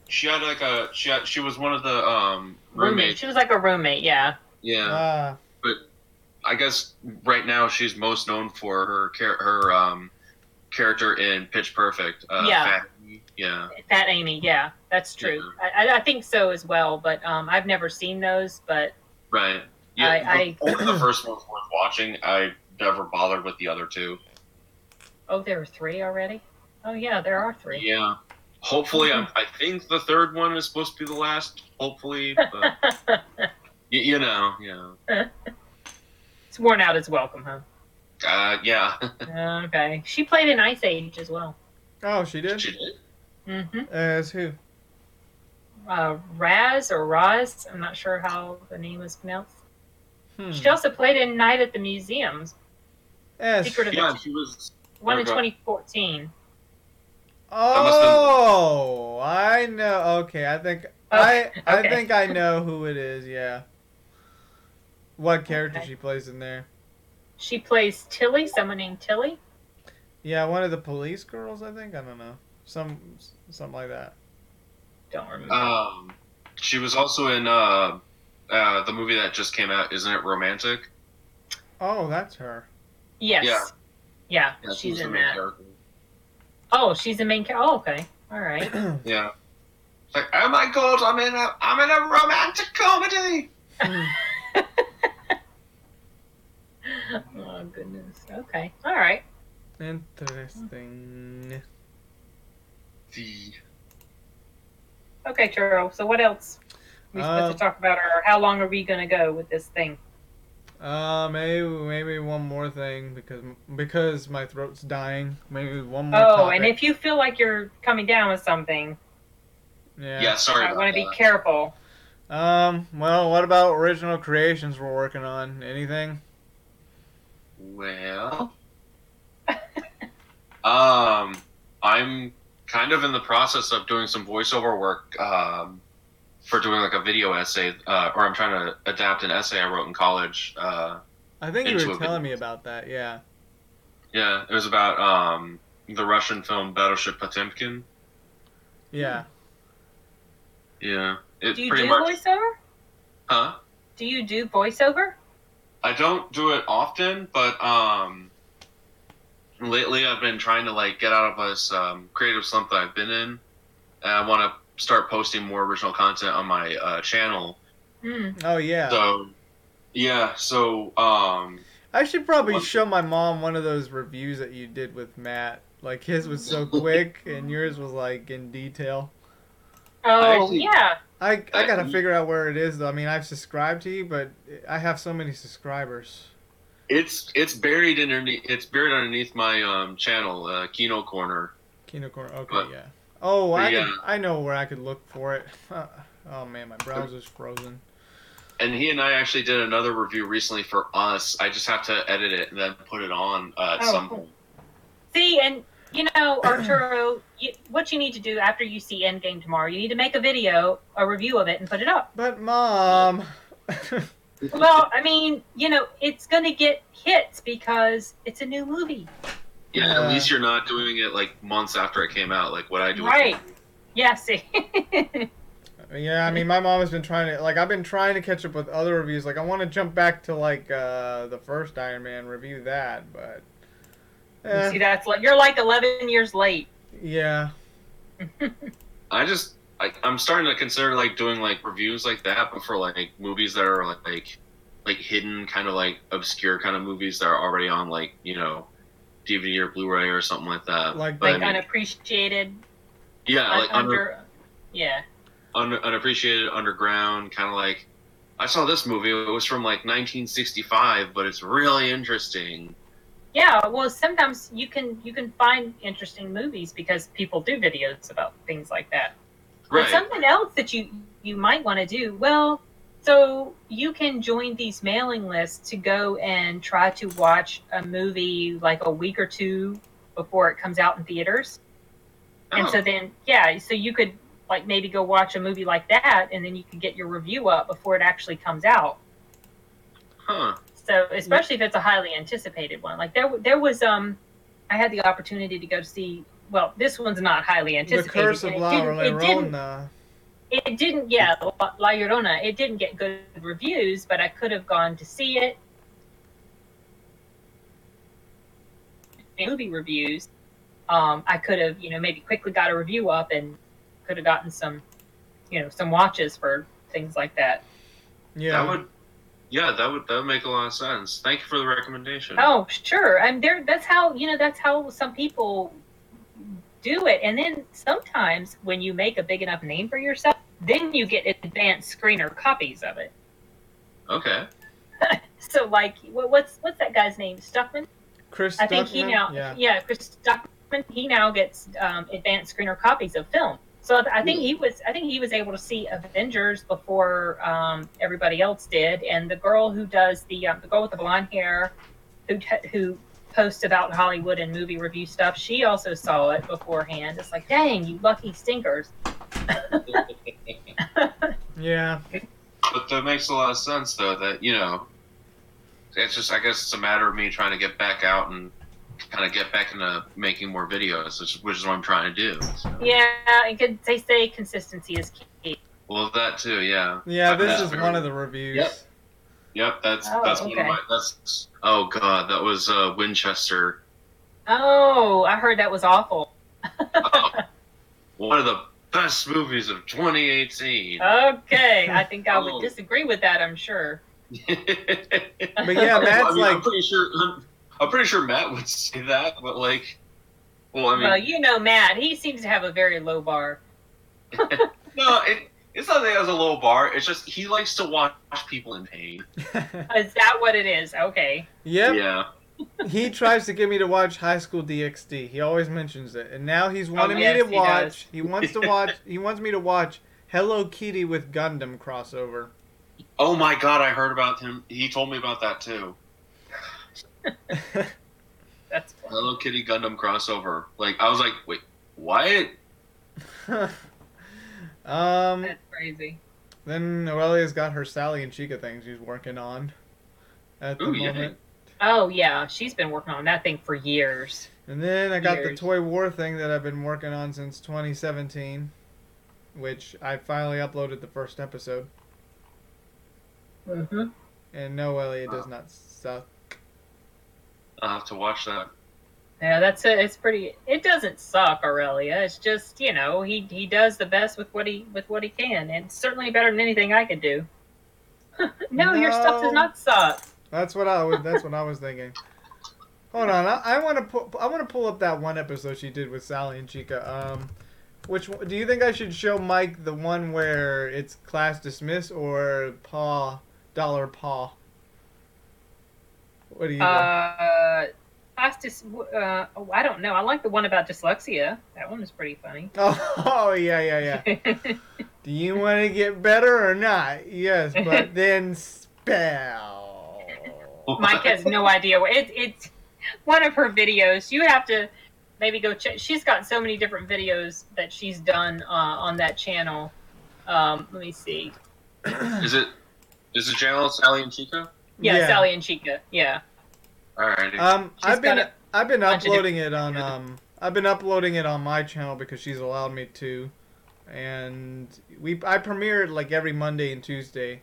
S5: She had like a she had, she was one of the um
S4: roommate.
S5: roommates.
S4: She was like a roommate, yeah.
S5: Yeah.
S6: Ah,
S5: I guess right now she's most known for her char- her um character in Pitch Perfect. Uh,
S4: Yeah.
S5: Fat- yeah.
S4: Fat Amy, yeah, that's true. I, I, I think so as well, but um, I've never seen those, but
S5: Right. Yeah.
S4: I-
S5: the- only the first one's worth watching. I never bothered with the other two.
S4: oh, there were three already? Oh, yeah, there are three.
S5: Yeah. Hopefully, I'm, I think the third one is supposed to be the last. Hopefully, but you, you know, yeah,
S4: It's worn out as welcome, huh?
S5: uh, yeah.
S4: Okay. She played in Ice Age as well.
S6: Oh, she did.
S5: She did.
S4: Mm-hmm.
S6: As who?
S4: Uh, Raz or Raz, I'm not sure how the name is pronounced.
S6: Hmm.
S4: She also played in Night at the Museums,
S6: As-
S4: Secret of
S5: Yeah, she was.
S4: one in
S5: Okay.
S4: 2014.
S6: Oh, I know. Okay, I think I I
S4: Oh, okay.
S6: think I know who it is. Yeah. What character
S4: Okay.
S6: she plays in there?
S4: She plays Tilly, someone named Tilly.
S6: Yeah, one of the police girls. I think I don't know. Some something like that.
S4: Don't remember.
S5: Um, she was also in uh, uh, the movie that just came out. Isn't it romantic?
S6: Oh, that's her.
S4: yes.
S5: yeah.
S4: Yeah,
S5: Yeah, she
S4: she's
S5: was the
S4: in
S5: main
S4: that.
S5: character.
S4: Oh, she's the main character. Oh, okay. All right.
S5: Yeah. It's like, oh my god, I'm in a I'm in a romantic comedy.
S4: Hmm. oh, goodness. Okay. All right.
S6: Interesting.
S5: The
S4: Okay, Cheryl. So what else we supposed
S6: Um,
S4: to talk about, or how long are we going to go with this thing?
S6: Uh, maybe maybe one more thing because because my throat's dying. Maybe one more.
S4: Oh,
S6: topic.
S4: and if you feel like you're coming down with something,
S6: yeah.
S5: yeah, sorry.
S4: I
S5: about
S4: want to be
S5: that.
S4: careful.
S6: Um. Well, what about original creations we're working on? Anything?
S5: Well, um, I'm kind of in the process of doing some voiceover work um, for doing like a video essay, uh, or I'm trying to adapt an essay I wrote in college. Uh,
S6: I think you
S5: Into
S6: were
S5: a
S6: telling
S5: video.
S6: me about that. Yeah.
S5: yeah, it was about um, the Russian film Battleship Potemkin.
S4: Hmm.
S6: Yeah.
S5: Yeah, it
S4: Do you
S5: pretty
S4: do
S5: much.
S4: voiceover?
S5: Huh?
S4: Do you do voiceover?
S5: I don't do it often, but um, lately I've been trying to like get out of this um, creative slump that I've been in, and I want to start posting more original content on my uh, channel.
S4: Hmm.
S6: Oh yeah.
S5: So, yeah, so um,
S6: I should probably
S5: What-
S6: show my mom one of those reviews that you did with Matt. Like his was so quick and yours was like in detail.
S4: Oh,
S5: actually-
S4: yeah.
S6: I, I gotta
S5: Uh,
S6: figure out where it is though. I mean, I've subscribed to you, but I have so many subscribers.
S5: it's it's buried underneath it's buried underneath my um, channel, uh, Kino Corner.
S6: Kino Corner. Okay,
S5: But-
S6: yeah. Oh, I
S5: Yeah.
S6: could, I know where I could look for it. oh man, my browser's frozen.
S5: And he and I actually did another review recently for us. I just have to edit it and then put it on uh, at
S4: Oh,
S5: some
S4: cool.
S5: point.
S4: See, and you know, Arturo, you, what you need to do after you see Endgame tomorrow, you need to make a video, a review of it, and put it up.
S6: But mom,
S4: Well, I mean, you know, it's going to get hits because it's a new movie.
S5: Yeah,
S6: Yeah.
S5: at least you're not doing it like months after it came out, like what I do. with
S4: Right. Yeah, see.
S6: yeah, I mean, my mom has been trying to like I've been trying to catch up with other reviews. Like I want to jump back to like uh, the first Iron Man review that, but eh,
S4: see, that's like, you're like 11 years late.
S6: yeah.
S5: I just I, I'm starting to consider like doing like reviews like that, but for like movies that are like like, like hidden, kind of like obscure kind of movies that are already on like you know DVD or Blu-ray or something like that.
S6: Like-
S5: But I
S4: Like,
S5: mean,
S4: unappreciated,
S5: yeah, like
S4: un-
S5: under,
S4: under. Yeah.
S5: un, unappreciated underground, kind of like I saw this movie. It was from like 1965, but it's really interesting.
S4: Yeah, well, sometimes you can you can find interesting movies because people do videos about things like that. But
S5: Right.
S4: something else that you you might want to do, well, so you can join these mailing lists to go and try to watch a movie like a week or two before it comes out in theaters. And
S5: Oh,
S4: so then, yeah, so you could like maybe go watch a movie like that, and then you could get your review up before it actually comes out.
S5: huh.
S4: So especially if it's a highly anticipated one, like there w- there was um, I had the opportunity to go see. Well, this one's not highly
S6: The
S4: anticipated.
S6: Curse of
S4: and it
S6: La
S4: didn't- it didn't-
S6: Llorona.
S4: it didn't yeah La- la llorona it didn't get good reviews but i could have gone to see it movie reviews um, i could have you know maybe quickly got a review up and could have gotten some you know some watches for things like that
S6: Yeah.
S5: That would. Yeah, that would that would make a lot of sense. Thank you for the recommendation.
S4: oh sure and there that's how you know that's how some people do it. And then sometimes when you make a big enough name for yourself, then you get advanced screener copies of it.
S5: Okay.
S4: So like, what, what's what's that guy's name? Stuckman.
S6: Chris.
S4: I think he
S6: Duckman?
S4: now, yeah.
S6: Yeah.
S4: Chris Stuckman. He now gets um, advanced screener copies of film. So I- I think he was, I think he was able to see Avengers before um, everybody else did. And the girl who does the um, the girl with the blonde hair, who t- who posts about Hollywood and movie review stuff, she also saw it beforehand. It's like, dang, you lucky stinkers.
S6: Yeah.
S5: But that makes a lot of sense, though. That you know, it's just I guess it's a matter of me trying to get back out and kind of get back into making more videos, which, which is what I'm trying to do. So-
S4: Yeah, and could they say consistency is key?
S5: Well, that too, yeah.
S6: Yeah,
S5: I've
S6: this
S5: been
S6: is one
S5: out there.
S6: of the reviews.
S5: Yep. Yep, that's
S4: Oh,
S5: that's one of
S4: okay.
S5: my that's oh god, that was uh, Winchester.
S4: Oh, I heard that was awful.
S5: Oh, one of the best movies of 2018.
S4: Oh. Okay, I think I would
S5: Oh.
S4: disagree with that. I'm sure.
S6: But yeah,
S5: I
S6: Matt's
S5: mean, I'm
S6: like,
S5: pretty sure I'm, I'm pretty sure Matt would say that, but like, well, I mean,
S4: well, you know, Matt, he seems to have a very low bar.
S5: no, it, it's not that he has a low bar. It's just he likes to watch people in pain.
S4: Is that what it is? Okay.
S6: yep.
S5: Yeah,
S6: He tries to get me to watch High School DxD. He always mentions it, and now he's wanted
S4: Oh, yes,
S6: me to
S4: he
S6: watch. He, wants to watch. He wants me to watch Hello Kitty with Gundam crossover.
S5: Oh my god, I heard about him. He told me about that too.
S4: That's
S5: Hello Kitty Gundam crossover. Like, I was like, wait, what?
S6: um.
S4: that's crazy.
S6: Then Aurelia's got her Sally and Chica thing she's working on at the
S5: Ooh, yeah.
S6: moment.
S4: Oh yeah, she's been working on that thing for years.
S6: And then I got the
S4: Years.
S6: Toy War thing that I've been working on since 2017, which I finally uploaded the first episode.
S4: Mm-hmm.
S6: And no, Elliot does not suck.
S5: I'll have to watch that.
S4: Yeah, that's it. It's pretty. It doesn't suck, Aurelia. It's just you know he he does the best with what he with what he can, and it's certainly better than anything I could do. no, your stuff
S6: No.
S4: does not suck.
S6: That's what I was. That's what I was thinking. Hold on, I, I want to pull. I want to pull up that one episode she did with Sally and Chica. Um, which one, do you think I should show Mike the one where it's class dismiss or paw dollar paw? What do you? think?
S4: Uh, class dis- uh, oh, I don't know. I like the one about dyslexia. That one is pretty funny.
S6: Oh, oh yeah, yeah, yeah. Do you want to get better or not? Yes, but then spell.
S4: Mike has no idea what it, it's. One of her videos. You have to maybe go check. She's got so many different videos that she's done uh, on that channel. Um, let me see.
S5: Is it is it channel Sally and Chica?
S4: Yeah,
S6: Yeah.
S4: Sally and Chica. Yeah.
S5: Alrighty.
S6: Um,
S4: She's
S6: I've been
S4: got
S6: I've been
S4: bunch of
S6: uploading it on um I've been uploading it on my channel because she's allowed me to, and we I premiere it like every Monday and Tuesday.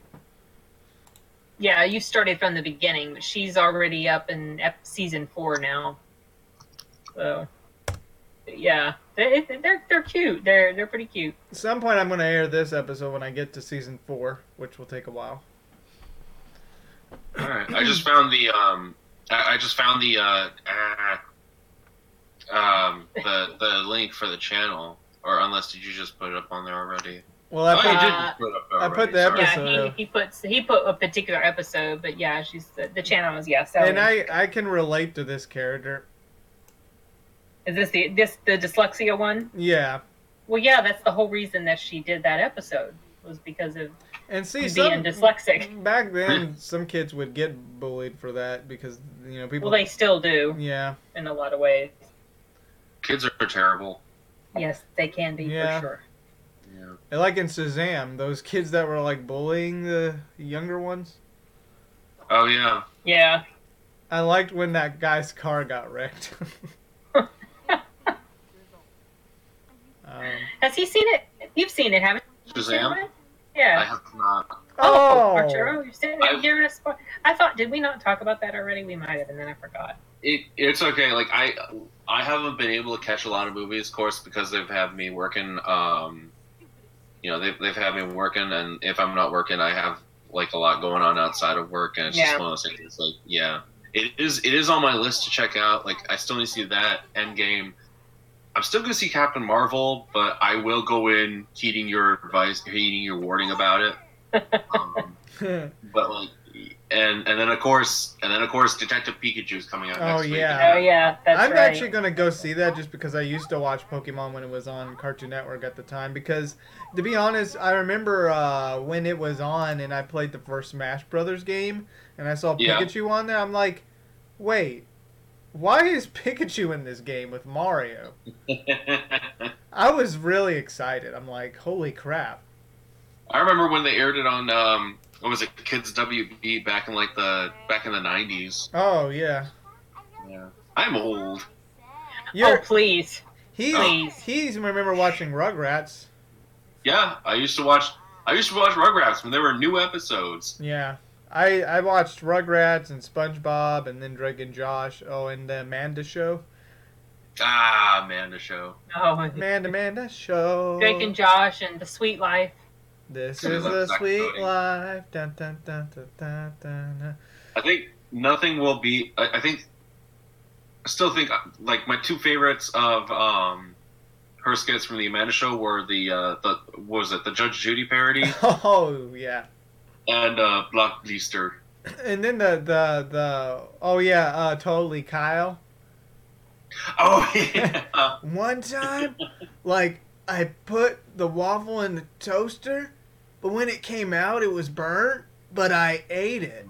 S4: Yeah, you started from the beginning, but she's already up in ep- season four now. So, yeah, they, they're they're cute. They're they're pretty cute.
S6: At some point, I'm gonna air this episode when I get to season four, which will take a while.
S5: All right. I just found the um. I, I just found the uh, uh. Um. The the link for the channel, or unless did you just put it up on there already?
S6: Well,
S5: Oh,
S6: I
S5: you
S6: put,
S5: did
S4: Uh,
S5: put it up
S6: I
S5: already.
S6: put the
S5: sorry.
S6: episode-
S4: Yeah, he,
S6: So-
S4: he puts he put a particular episode, but yeah, she's the, the channel is yeah. Sally.
S6: and I I can relate to this character.
S4: is this the this the dyslexia one?
S6: Yeah,
S4: Well, yeah, that's the whole reason that she did that episode was because of
S6: and see
S4: being
S6: some
S4: dyslexic.
S6: back then some kids would get bullied for that because you know people.
S4: Well, they still do
S6: yeah,
S4: in a lot of ways.
S5: Kids are terrible.
S4: Yes, they can be
S6: Yeah.
S4: for sure.
S5: Yeah.
S6: and like in Shazam, those kids that were like bullying the younger ones.
S5: Oh yeah.
S4: Yeah.
S6: I liked when that guy's car got wrecked. um,
S4: Has he seen it? You've seen it, haven't you?
S5: Shazam. I
S4: Yeah.
S5: have not.
S6: oh,
S4: Arturo, you're sitting there
S5: I-
S4: giving us. spo- I thought, did we not talk about that already? We might have, and then I forgot.
S5: It, it's okay. Like I, I haven't been able to catch a lot of movies, of course, because they've had me working. Um, you know, they've they've had me working, and if I'm not working, I have like a lot going on outside of work, and it's
S4: Yeah.
S5: just one of those things. It's like, yeah, it is. It is on my list to check out. Like, I still need to see that Endgame. I'm still going to see Captain Marvel, but I will go in heeding your advice, heeding your warning about it. Um, but like, and and then of course, and then of course, Detective Pikachu is coming out.
S6: Oh,
S5: next
S6: yeah.
S4: Oh yeah, that's
S6: I'm
S4: right.
S6: actually gonna go see that just because I used to watch Pokemon when it was on Cartoon Network at the time. Because to be honest, I remember uh, when it was on and I played the first Smash Brothers game and I saw
S5: Yeah.
S6: Pikachu on there. I'm like, wait, why is Pikachu in this game with Mario?
S5: week.
S6: I was really excited. I'm like, holy crap!
S5: I remember when they aired it on um, what was it, Kids WB back in like the back in the 90s.
S6: Oh yeah,
S5: Yeah, I'm old.
S4: Oh
S6: yeah.
S4: please,
S6: He
S4: please.
S6: he's remember watching Rugrats.
S5: Yeah, I used to watch. I used to watch Rugrats when there were new episodes.
S6: Yeah. I, I watched Rugrats and SpongeBob and then Drake and Josh. Oh, and the Amanda Show.
S5: Ah, man, the show.
S4: Oh,
S6: Amanda, Amanda Show.
S4: Drake and Josh and the Sweet Life.
S6: This
S5: Something
S6: is
S5: like
S6: the
S5: Zack
S6: sweet
S5: Cody.
S6: life. Dun, dun, dun, dun, dun, dun, dun.
S5: I think nothing will be. I, I think. I still think like my two favorites of um, her skits from the Amanda Show were the uh, the what was it the Judge Judy parody
S6: Oh, yeah.
S5: and uh, Block Blister.
S6: And then the, the, the, oh, yeah, uh, totally Kyle.
S5: Oh yeah,
S6: One time, like, I put the waffle in the toaster, but when it came out, it was burnt, but I ate it.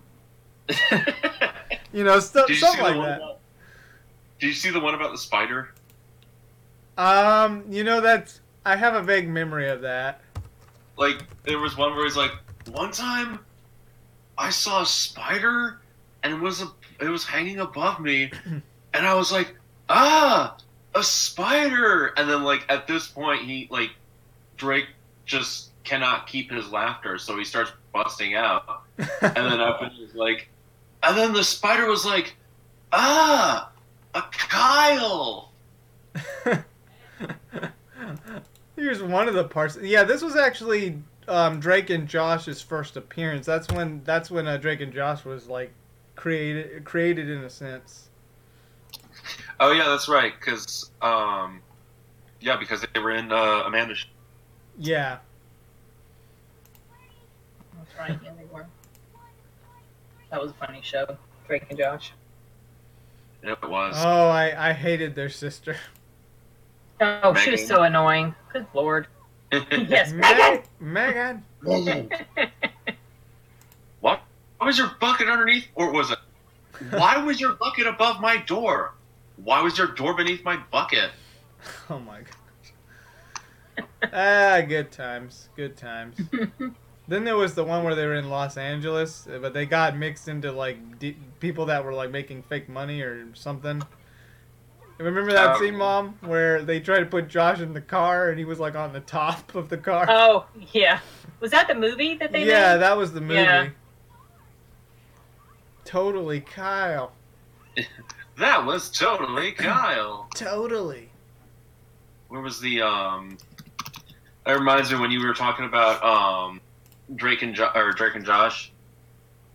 S6: You know, stuff,
S5: Did you
S6: stuff
S5: see
S6: like
S5: the one?
S6: that.
S5: About, did you see the one about the spider?
S6: Um, you know that's I have a vague memory of that.
S5: Like there was one where he's like, one time, I saw a spider, and it was a, it was hanging above me, and I was like, ah, a spider. And then like at this point, he like Drake just cannot keep his laughter, so he starts busting out, and then up and he's like, and then the spider was like, ah, a Kyle.
S6: Here's one of the parts. Yeah, this was actually um, Drake and Josh's first appearance. That's when that's when uh, Drake and Josh was like created created in a sense.
S5: Oh yeah, that's right. Because um, yeah, because they were in uh, Amanda. Sh-
S6: Yeah.
S4: That's right, yeah, they were. That was a funny show, Drake and Josh.
S5: It was.
S6: Oh, I I hated their sister.
S4: Oh, she was
S5: Megan.
S4: so annoying. Good lord. Yes, Megan.
S6: Meg- Megan.
S5: what? Why was your bucket underneath, or was it? Why was your bucket above my door? Why was your door beneath my bucket?
S6: Oh my gosh. ah, good times, good times. then there was the one where they were in Los Angeles, eh, but they got mixed into like d- people that were like making fake money or something. Remember that
S4: Um,
S5: Oh.
S6: scene, Mom, where they tried to put Josh in the car and he was like on the top of the car?
S4: Oh yeah. Was that the movie that they
S6: yeah,
S4: made?
S6: that was the movie.
S4: Yeah.
S6: Totally, Kyle.
S5: That was totally Kyle.
S6: Totally.
S5: Where was the um? That reminds me when you were talking about um, Drake and jo- or Drake and Josh.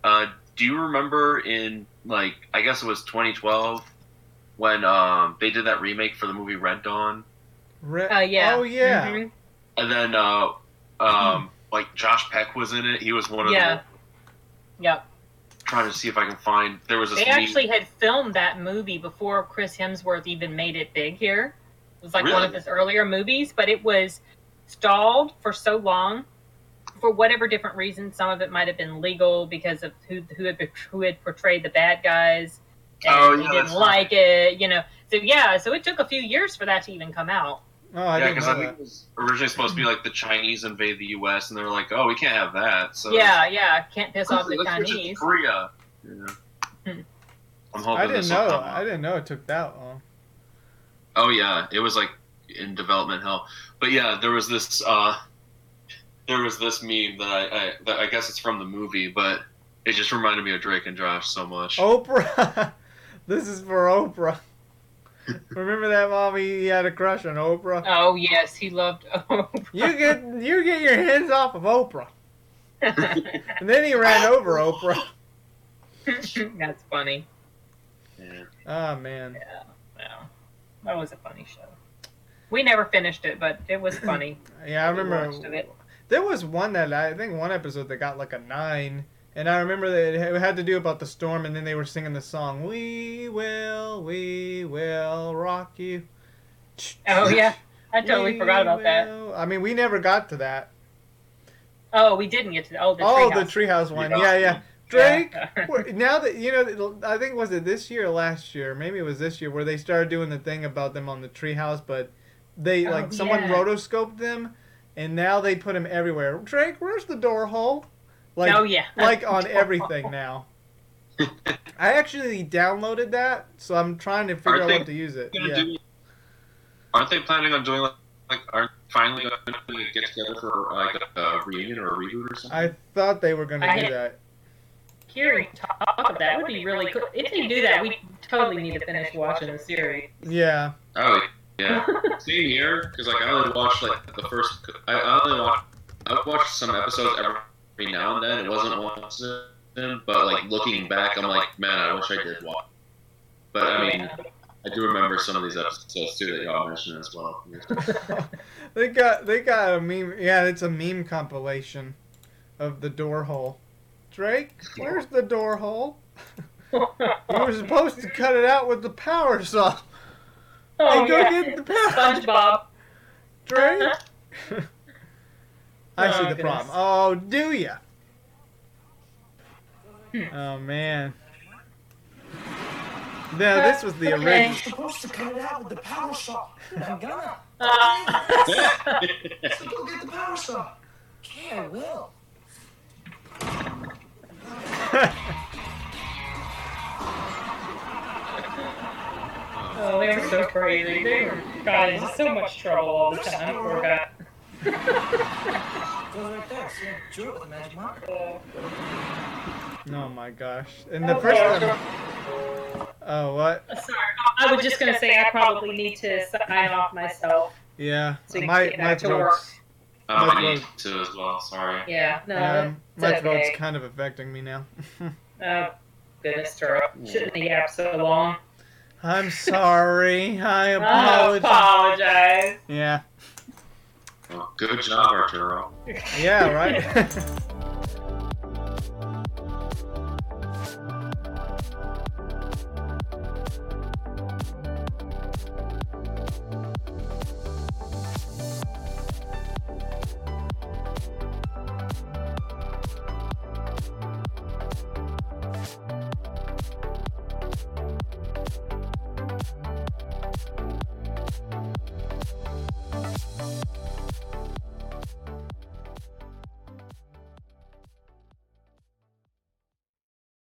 S5: Uh, do you remember in like I guess it was 2012 when um they did that remake for the movie Red Dawn?
S6: Re-
S4: Oh yeah.
S6: Oh yeah.
S4: Mhm.
S5: and then uh, um, like Josh Peck was in it. He was one of
S4: Yeah.
S5: the
S4: Yep.
S5: trying to see if I can find. There was this.
S4: They
S5: meme-
S4: actually had filmed that movie before Chris Hemsworth even made it big here. It was like one of
S5: Really?
S4: his earlier movies, but it was stalled for so long for whatever different reason. Some of it might have been legal because of who who had who had portrayed the bad guys and
S5: Oh,
S4: they
S5: yeah,
S4: didn't
S5: that's
S4: like it, you know. So yeah, so it took a few years for that to even come out.
S6: Oh, I
S5: yeah,
S6: didn't
S5: because
S6: know
S5: I think
S6: that.
S5: it was originally supposed to be like the Chinese invade the U.S. and they're like, oh, we can't have that. So
S4: yeah, yeah, can't piss off the
S5: let's, switch it to
S4: Chinese.
S5: Korea. Yeah.
S4: Hmm.
S5: I'm hoping
S6: I didn't
S5: this will
S6: know.
S5: come
S6: I
S5: up.
S6: didn't know it took that long.
S5: Oh yeah, it was like in development hell. But yeah, there was this uh, there was this meme that I, I that I guess it's from the movie, but it just reminded me of Drake and Josh so much.
S6: Oprah. this is for Oprah. Remember that mommy he had a crush on Oprah?
S4: Oh yes, he loved oh. Oprah.
S6: You get you get your hands off of Oprah. And then he ran over Oprah.
S4: That's funny.
S5: Yeah.
S6: Oh man.
S4: Wow. That was a funny show. We never finished it, but it was funny.
S6: Yeah, I
S4: We watched
S6: remember
S4: it.
S6: there was one that I think one episode that got like a nine, and I remember that it had to do about the storm, and then they were singing the song "We will, we will rock you."
S4: Oh yeah, I totally
S6: We
S4: forgot about that.
S6: will- I mean, we never got to that.
S4: Oh, we didn't get to the, oh the
S6: oh,
S4: treehouse.
S6: the treehouse one.
S5: Yeah.
S6: Yeah, yeah. Drake.
S4: Yeah.
S6: wh- now that you know, I think was it this year or last year? Maybe it was this year where they started doing the thing about them on the treehouse, but they
S4: Oh,
S6: like someone
S4: yeah.
S6: rotoscoped them, and now they put him everywhere. Drake, where's the door hole? Like,
S4: oh yeah,
S6: like on everything now. I actually downloaded that, so I'm trying to figure
S5: Aren't
S6: out
S5: they
S6: what to use it.
S5: Gonna
S6: Yeah.
S5: do- aren't they planning on doing like, like aren't finally going to get together for like a reunion or a reboot or something?
S6: I thought they were going to
S4: I-
S6: do that.
S4: hearing talk of that would be really cool. If they do that, we totally need to finish watching the series.
S6: Yeah.
S5: Oh yeah, same here. Because like I only watched like the first. I- I only watched. I watched some episodes every now and then. It wasn't one season, but like looking back, I'm like, man, I wish I did watch. But I mean, I do remember some of these episodes too that y'all mentioned as well.
S6: they got they got a meme. Yeah, it's a meme compilation of the door hole. Drake, where's the door hole? We were supposed to cut it out with the power saw.
S4: oh
S6: Hey, go
S4: yeah,
S6: get the power,
S4: SpongeBob.
S6: Drake. I see
S4: Oh,
S6: the
S4: goodness.
S6: problem. Oh, do ya?
S4: Hmm.
S6: Oh man. Now this was the
S4: Okay.
S6: original.
S1: supposed to cut it out with the power saw. I'm gonna.
S4: Uh,
S1: So go get the power saw. Okay, I will.
S4: oh, they were so crazy. They were got into so much trouble all the time. Poor guy.
S1: Goes right there. See, drew it with a magic marker.
S6: Oh my gosh! And the first time. Oh what?
S4: Sorry, I was just gonna say I probably need to sign off myself.
S6: Yeah.
S4: So you can
S6: My
S4: get
S6: my
S4: back to
S6: throat's
S5: I might need to as well. Sorry.
S4: Yeah. No.
S6: um, my
S4: that's
S6: throat's
S4: okay.
S6: kind of affecting me now.
S4: Oh goodness, Turo. Shouldn't have yapped so long.
S6: I'm sorry. I
S4: Oh, I
S6: apologize.
S4: apologize.
S6: Yeah.
S5: Well, good job, Arturo.
S6: Yeah. Right.